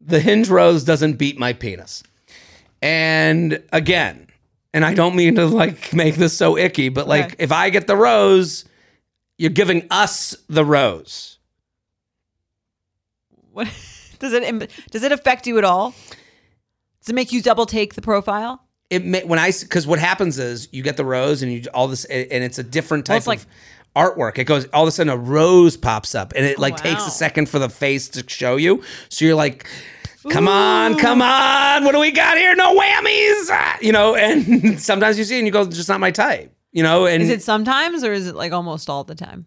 B: the hinge rose doesn't beat my penis. And again, and I don't mean to like [laughs] make this so icky, but like
A: Okay.
B: if I get the rose, you're giving us the rose.
A: What [laughs] does it im- does it affect you at all? Does it make you double take the profile?
B: It may, when I because what happens is you get the rose and you all this and it's a different
A: Well,
B: type
A: it's like- Oh,
B: of artwork. It goes all of a sudden a rose pops up and it like takes
A: wow.
B: a second for the face to show you. So you're like. Come on, come on. What do we got here? No whammies. Ah, You know, and [laughs] sometimes you see it and you go, just not my type. You know, and
A: Is it sometimes or is it like almost all the time?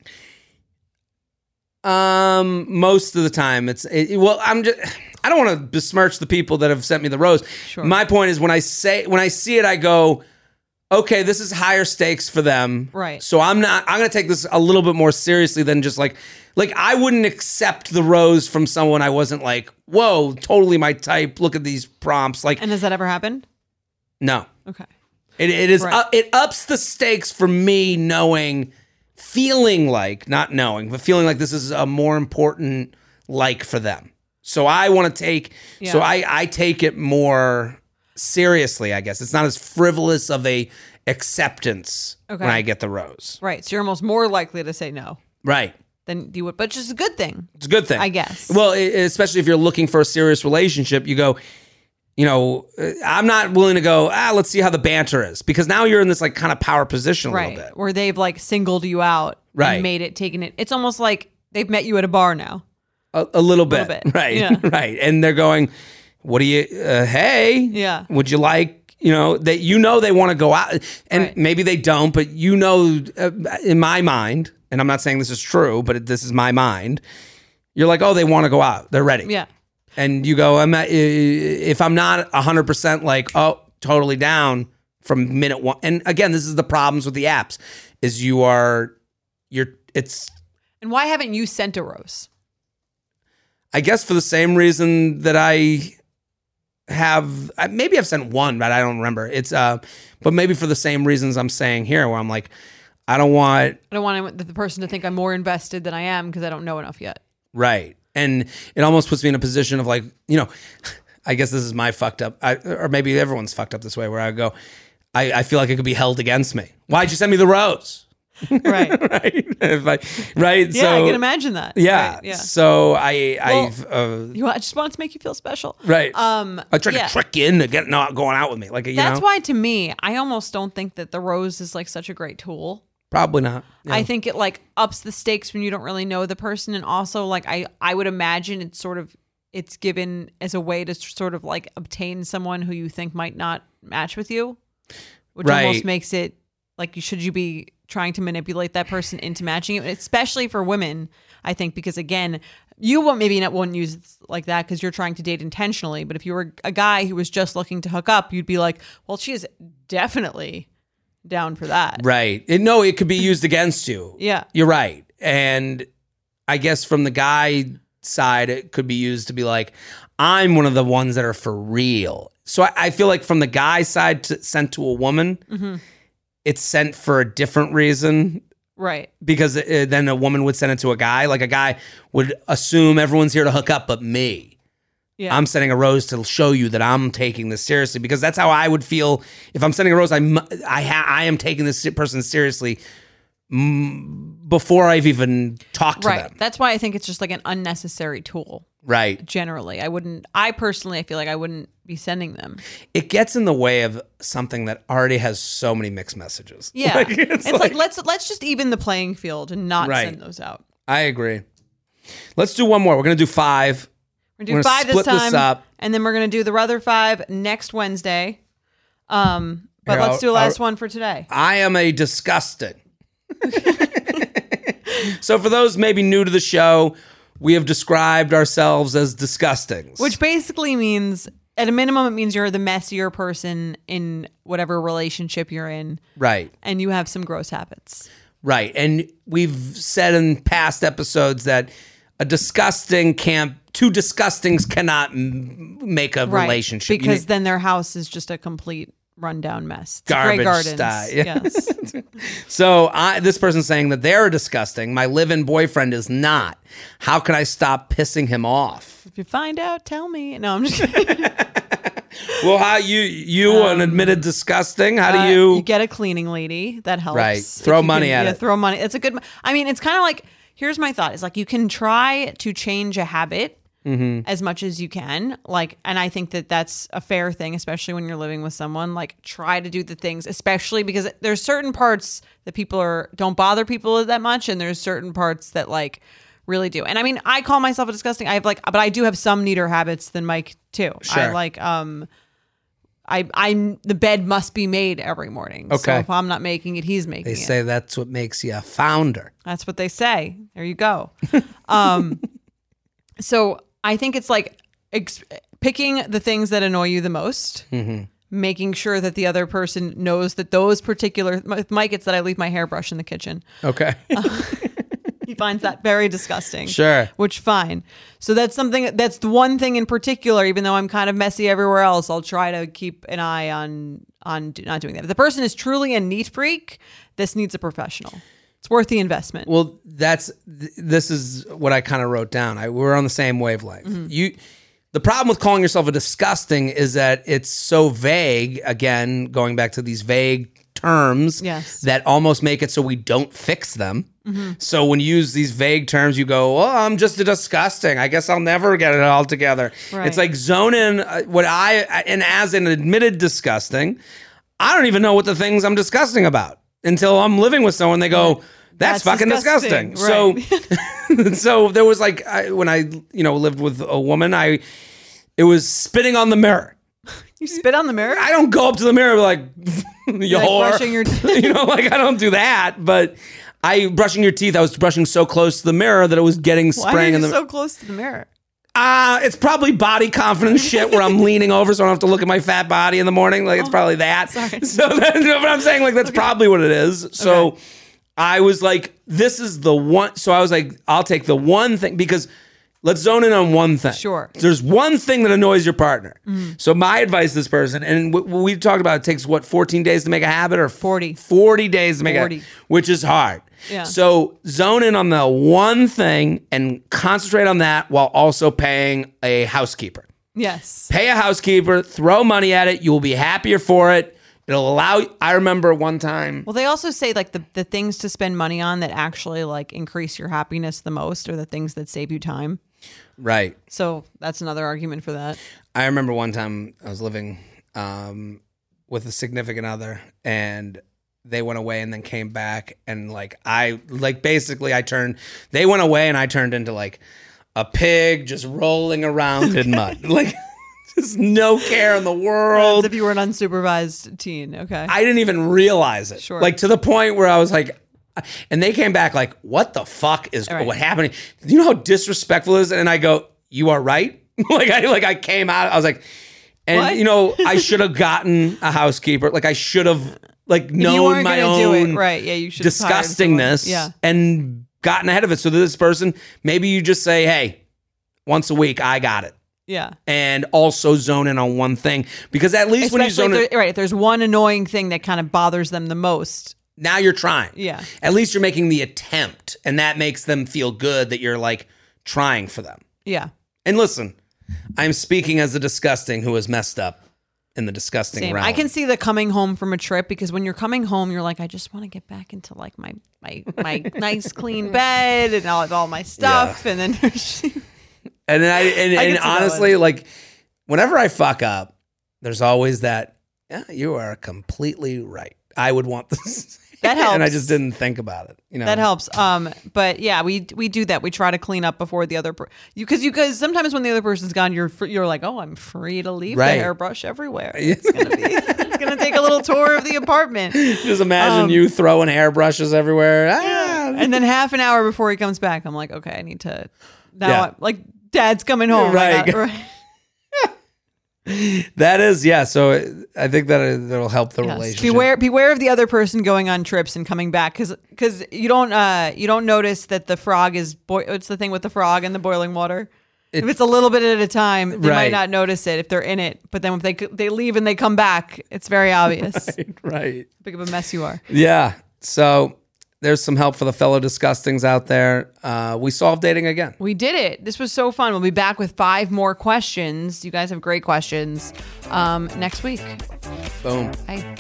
B: Um, most of the time, it's it, it- well. I'm just. I don't want to besmirch the people that have sent me the rose. My point is when I say when I see it, I go, okay, this is higher stakes for them.
A: Right.
B: So I'm not. I'm gonna take this a little bit more seriously than just like, like I wouldn't accept the rose from someone I wasn't like, whoa, totally my type. Look at these prompts. Like,
A: And has that ever happened?
B: no,
A: Okay.
B: it, it is.
A: Right.
B: up- it ups the stakes for me knowing, feeling like not knowing, but feeling like this is a more important like for them. So I want to take. So
A: Yeah.
B: I I take it more seriously. I guess it's not as frivolous of a acceptance
A: Okay.
B: when I get the rose.
A: Right. So you're almost more likely to say no
B: Right.
A: than you would, but it's just a good thing.
B: It's a good thing,
A: I guess.
B: Well, e- especially if you're looking for a serious relationship, you go. You know, uh, I'm not willing to go. Ah, let's see how the banter is because now you're in this like kind of power position a
A: Right.
B: little bit.
A: Where they've like singled you out
B: Right.
A: and made it, taken it. It's almost like they've met you at a bar now.
B: a, a little bit,
A: bit,
B: [laughs] right
A: yeah.
B: right and they're going what do you uh, hey
A: Yeah.
B: would you like you know that you know they want to go out and
A: Right.
B: maybe they don't but you know uh, in my mind and i'm not saying this is true but it, this is my mind you're like oh they want to go out they're ready
A: Yeah.
B: and you go i'm not, if i'm not 100% like oh totally down from minute one and again this is the problems with the apps is you are you're it's
A: And why haven't you sent a rose?
B: I guess for the same reason that I have I- maybe I've sent one, but I don't remember. It's uh, but maybe for the same reasons I'm saying here, where I'm like, I don't want
A: I don't want the the person to think I'm more invested than I am because I don't know
B: [laughs]
A: enough yet.
B: right, and it almost puts me in a position of like, you know, [laughs] I guess this is my fucked up, I, or maybe everyone's fucked up this way, where I go, I, I feel like it could be held against me. Why'd you send me the rose? [laughs]
A: Right.
B: right, If I- right.
A: yeah,
B: so,
A: I can imagine that.
B: Yeah,
A: Right, Yeah.
B: So I, I've uh,
A: You want, I just want to make you feel special.
B: right.
A: Um,
B: I tried
A: yeah.
B: to trick you into getting not going out with me. Like you
A: That's
B: know,
A: why, to me, I almost don't think that the rose is like such a great tool.
B: probably not.
A: I think it like ups the stakes when you don't really know the person, and also like I I would imagine it's sort of it's given as a way to s- sort of like obtain someone who you think might not match with you, which
B: Right.
A: almost makes it like you should you be trying to manipulate that person into matching it, especially for women. I think because again, you won't maybe not won't use it like that because you're trying to date intentionally. But if you were a guy who was just looking to hook up, you'd be like, well, she is definitely down for that.
B: Right. And no, it could be used against you.
A: Yeah.
B: You're right. And I guess from the guy side, it could be used to be like, I'm one of the ones that are for real. So I, I feel like from the guy side to, sent to a woman, it's sent for a different reason
A: Right.
B: because uh then a woman would send it to a guy. Like a guy would assume everyone's here to hook up but me.
A: Yeah.
B: I'm sending a rose to show you that I'm taking this seriously because that's how I would feel if I'm sending a rose. I mu- I ha- I am taking this person seriously mm, before I've even talked to
A: Right.
B: them.
A: That's why I think it's just like an unnecessary tool.
B: Right.
A: Generally, I wouldn't. I personally, I feel like I wouldn't be
B: [laughs]
A: sending them.
B: It gets in the way of something that already has so many mixed messages.
A: Yeah,
B: [laughs] Like,
A: it's, like, let's let's just even the playing field and not
B: Right.
A: send those out.
B: I agree. Let's do one more. We're gonna do five.
A: We're gonna do
B: We're gonna
A: five
B: split
A: this
B: this
A: time,
B: up.
A: and then we're gonna do the other five next Wednesday. Um, but
B: Here,
A: let's
B: I'll-
A: do a last
B: I'll-
A: one for today.
B: I am a disgusted. [laughs] so for those maybe new to the show, we have described ourselves as disgusting.
A: Which basically means, at a minimum, it means you're the messier person in whatever relationship you're in,
B: right,
A: and you have some gross habits.
B: right, and we've said in past episodes that a disgusting can't two disgustings cannot m- make a relationship You
A: because
B: need-
A: then their house is just a complete rundown mess. It's
B: Garbage
A: Grey Gardens.
B: style. [laughs]
A: Yes.
B: so I, this person's saying that they're disgusting. My live-in boyfriend is not. How can I stop pissing him off?
A: if you find out, tell me. No, I'm just [laughs] kidding.
B: Well, how you you an admitted disgusting? How do
A: Um, Uh,
B: you,
A: get a cleaning lady that helps.
B: Right.
A: If
B: Throw
A: you can-
B: money at
A: yeah,
B: it.
A: Throw money. It's a good. I mean, it's kind of like here's my thought: is like you can try to change a habit.
B: Mm-hmm.
A: As much as you can, like, and I think that that's a fair thing, especially when you're living with someone. Like, try to do the things, especially because there's certain parts that people are don't bother people that much, and there's certain parts that like really do. And I mean, I call myself a disgusting. I have like, but I do have some neater habits than Mike too. I
B: Sure.
A: like, um, I I'm the bed must be made every morning. So
B: Okay.
A: if I'm not making it, he's making
B: They
A: it.
B: say that's what makes you a founder.
A: That's what they say. There
B: [laughs]
A: you go. Um so I think it's like ex- picking the things that annoy you the most.
B: Mm-hmm.
A: Making sure that the other person knows that those particular with Mike, it's that I leave my hairbrush in the kitchen. [laughs]
B: Okay.
A: He finds that very disgusting.
B: Sure.
A: Which fine. So that's something that's the one thing in particular, even though I'm kind of messy everywhere else, I'll try to keep an eye on on do, not doing that. If the person is truly a neat freak, this needs a professional. It's worth the investment.
B: well, that's th- this is what I kind of wrote down. I, we're on the same wavelength.
A: Mm-hmm.
B: You, the problem with calling yourself a disgusting is that it's so vague. Again, going back to these vague terms
A: Yes. Mm-hmm.
B: that almost make it so we don't fix them. So when you use these vague terms, you go, "Well, I'm just a disgusting. I guess I'll never get it all together."
A: Right.
B: It's like zone in uh, what I and as an admitted disgusting, I don't even know what the things I'm disgusting about until I'm living with someone. They go, "That's,
A: That's
B: fucking disgusting." So, [laughs]
A: disgusting,
B: so there was like I, when I you know lived with a woman, I it was spitting on the mirror.
A: you spit on
B: [laughs]
A: the mirror?
B: I don't go up to the mirror like [laughs] you
A: Like
B: whore. [laughs]
A: brushing your teeth.
B: you know, like I don't do that. But I brushing your teeth. I was brushing so close to the mirror that it was getting
A: Why are
B: spraying
A: you
B: in the.
A: so close to the mirror?
B: Uh, it's probably body confidence shit where I'm leaning over so I don't have to look at my fat body in the morning. Like it's probably that. [laughs] So that, no, but I'm saying like that's probably what it is. So I was like, this is the one. So I was like, I'll take the one thing because let's zone in on one thing.
A: Sure.
B: There's one thing that annoys your partner. So my advice to this person, and w- w- we talked about it takes what 14 days to make a habit or
A: 40.
B: 40 days to make
A: 40.
B: a which is hard.
A: Yeah.
B: So zone in on the one thing and concentrate on that while also paying a housekeeper.
A: Yes.
B: Pay a housekeeper, throw money at it, you will be happier for it. It'll allow I remember one time
A: Well, they also say like the, the things to spend money on that actually like increase your happiness the most are the things that save you time.
B: Right.
A: So that's another argument for that.
B: I remember one time I was living um, with a significant other, and they went away and then came back, and like I like basically I turned. They went away, and I turned into like a pig just rolling around in mud, like [laughs] just no care in the
A: As
B: world.
A: if you were an unsupervised teen, okay?
B: I didn't even realize it.
A: Sure.
B: Like to the point where I was like, and they came back like, what the fuck is
A: right.
B: what happening? You know how disrespectful it is? And I go, you are right. [laughs] like I like I came out, I was like, and
A: What?
B: you know, I should have gotten a housekeeper. Like I should have like
A: If
B: known
A: you weren't
B: my
A: gonna
B: own
A: do it, right? Yeah, you should have hired someone.
B: disgustingness
A: Yeah,
B: and gotten ahead of it. So to this person, maybe you just say, hey, once a week, I got it.
A: Yeah.
B: and also zone in on one thing because at least when you
A: Especially
B: zone in,
A: if there, right, if there's one annoying thing that kind of bothers them the most.
B: now you're trying.
A: Yeah.
B: At least you're making the attempt, and that makes them feel good that you're like trying for them.
A: Yeah.
B: And listen, I'm speaking as a disgusting who has messed up in the disgusting
A: Same.
B: realm.
A: I can see the coming home from a trip because when you're coming home, you're like, I just want to get back into like my my
B: [laughs]
A: my nice clean bed and all all my stuff, and then [laughs] there's-
B: And then I and,
A: [laughs] I
B: and
A: can see that
B: honestly, like whenever I fuck up, there's always that. Yeah, you are completely right. I would want [laughs] this.
A: That
B: and I
A: helps.
B: just didn't think about it. You know, [laughs]
A: that helps. Um, but yeah, we we do that. We try to clean up before the other per- you because you guys sometimes when the other person's gone, you're fr- you're like, oh, I'm free to leave
B: Right.
A: the hairbrush
B: [laughs]
A: everywhere. It's gonna be it's gonna take a little tour of the apartment.
B: Just imagine
A: Um,
B: you throwing hairbrushes everywhere. Ah,
A: and then half an hour before he comes back, I'm like, okay, I need to now.
B: Yeah.
A: I'm, like, dad's coming home. I
B: Right. [laughs]
A: got- right.
B: That is, yeah. So I think that that'll help the
A: Yes.
B: relationship.
A: Beware, beware of the other person going on trips and coming back because you don't uh, you don't notice that the frog is boi- It's the thing with the frog and the boiling water. if it's a little bit at a time, they
B: Right.
A: might not notice it if they're in it. But then if they c- they leave and they come back, it's very obvious.
B: [laughs] right?
A: Big of a mess you are.
B: Yeah. So there's some help for the fellow disgustings out there. Uh, we solved dating again.
A: We did it. This was so fun. We'll be back with five more questions. You guys have great questions um, next week.
B: Boom.
A: Bye.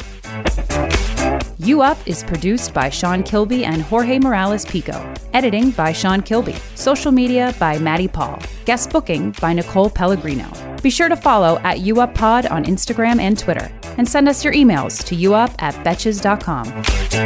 F: You Up is produced by Sean Kilby and Jorge Morales Pico. Editing by Sean Kilby. Social media by Maddie Paul. Guest booking by Nicole Pellegrino. Be sure to follow at You Up Pod on Instagram and Twitter. And send us your emails to youup at betches.com.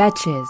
F: Betches.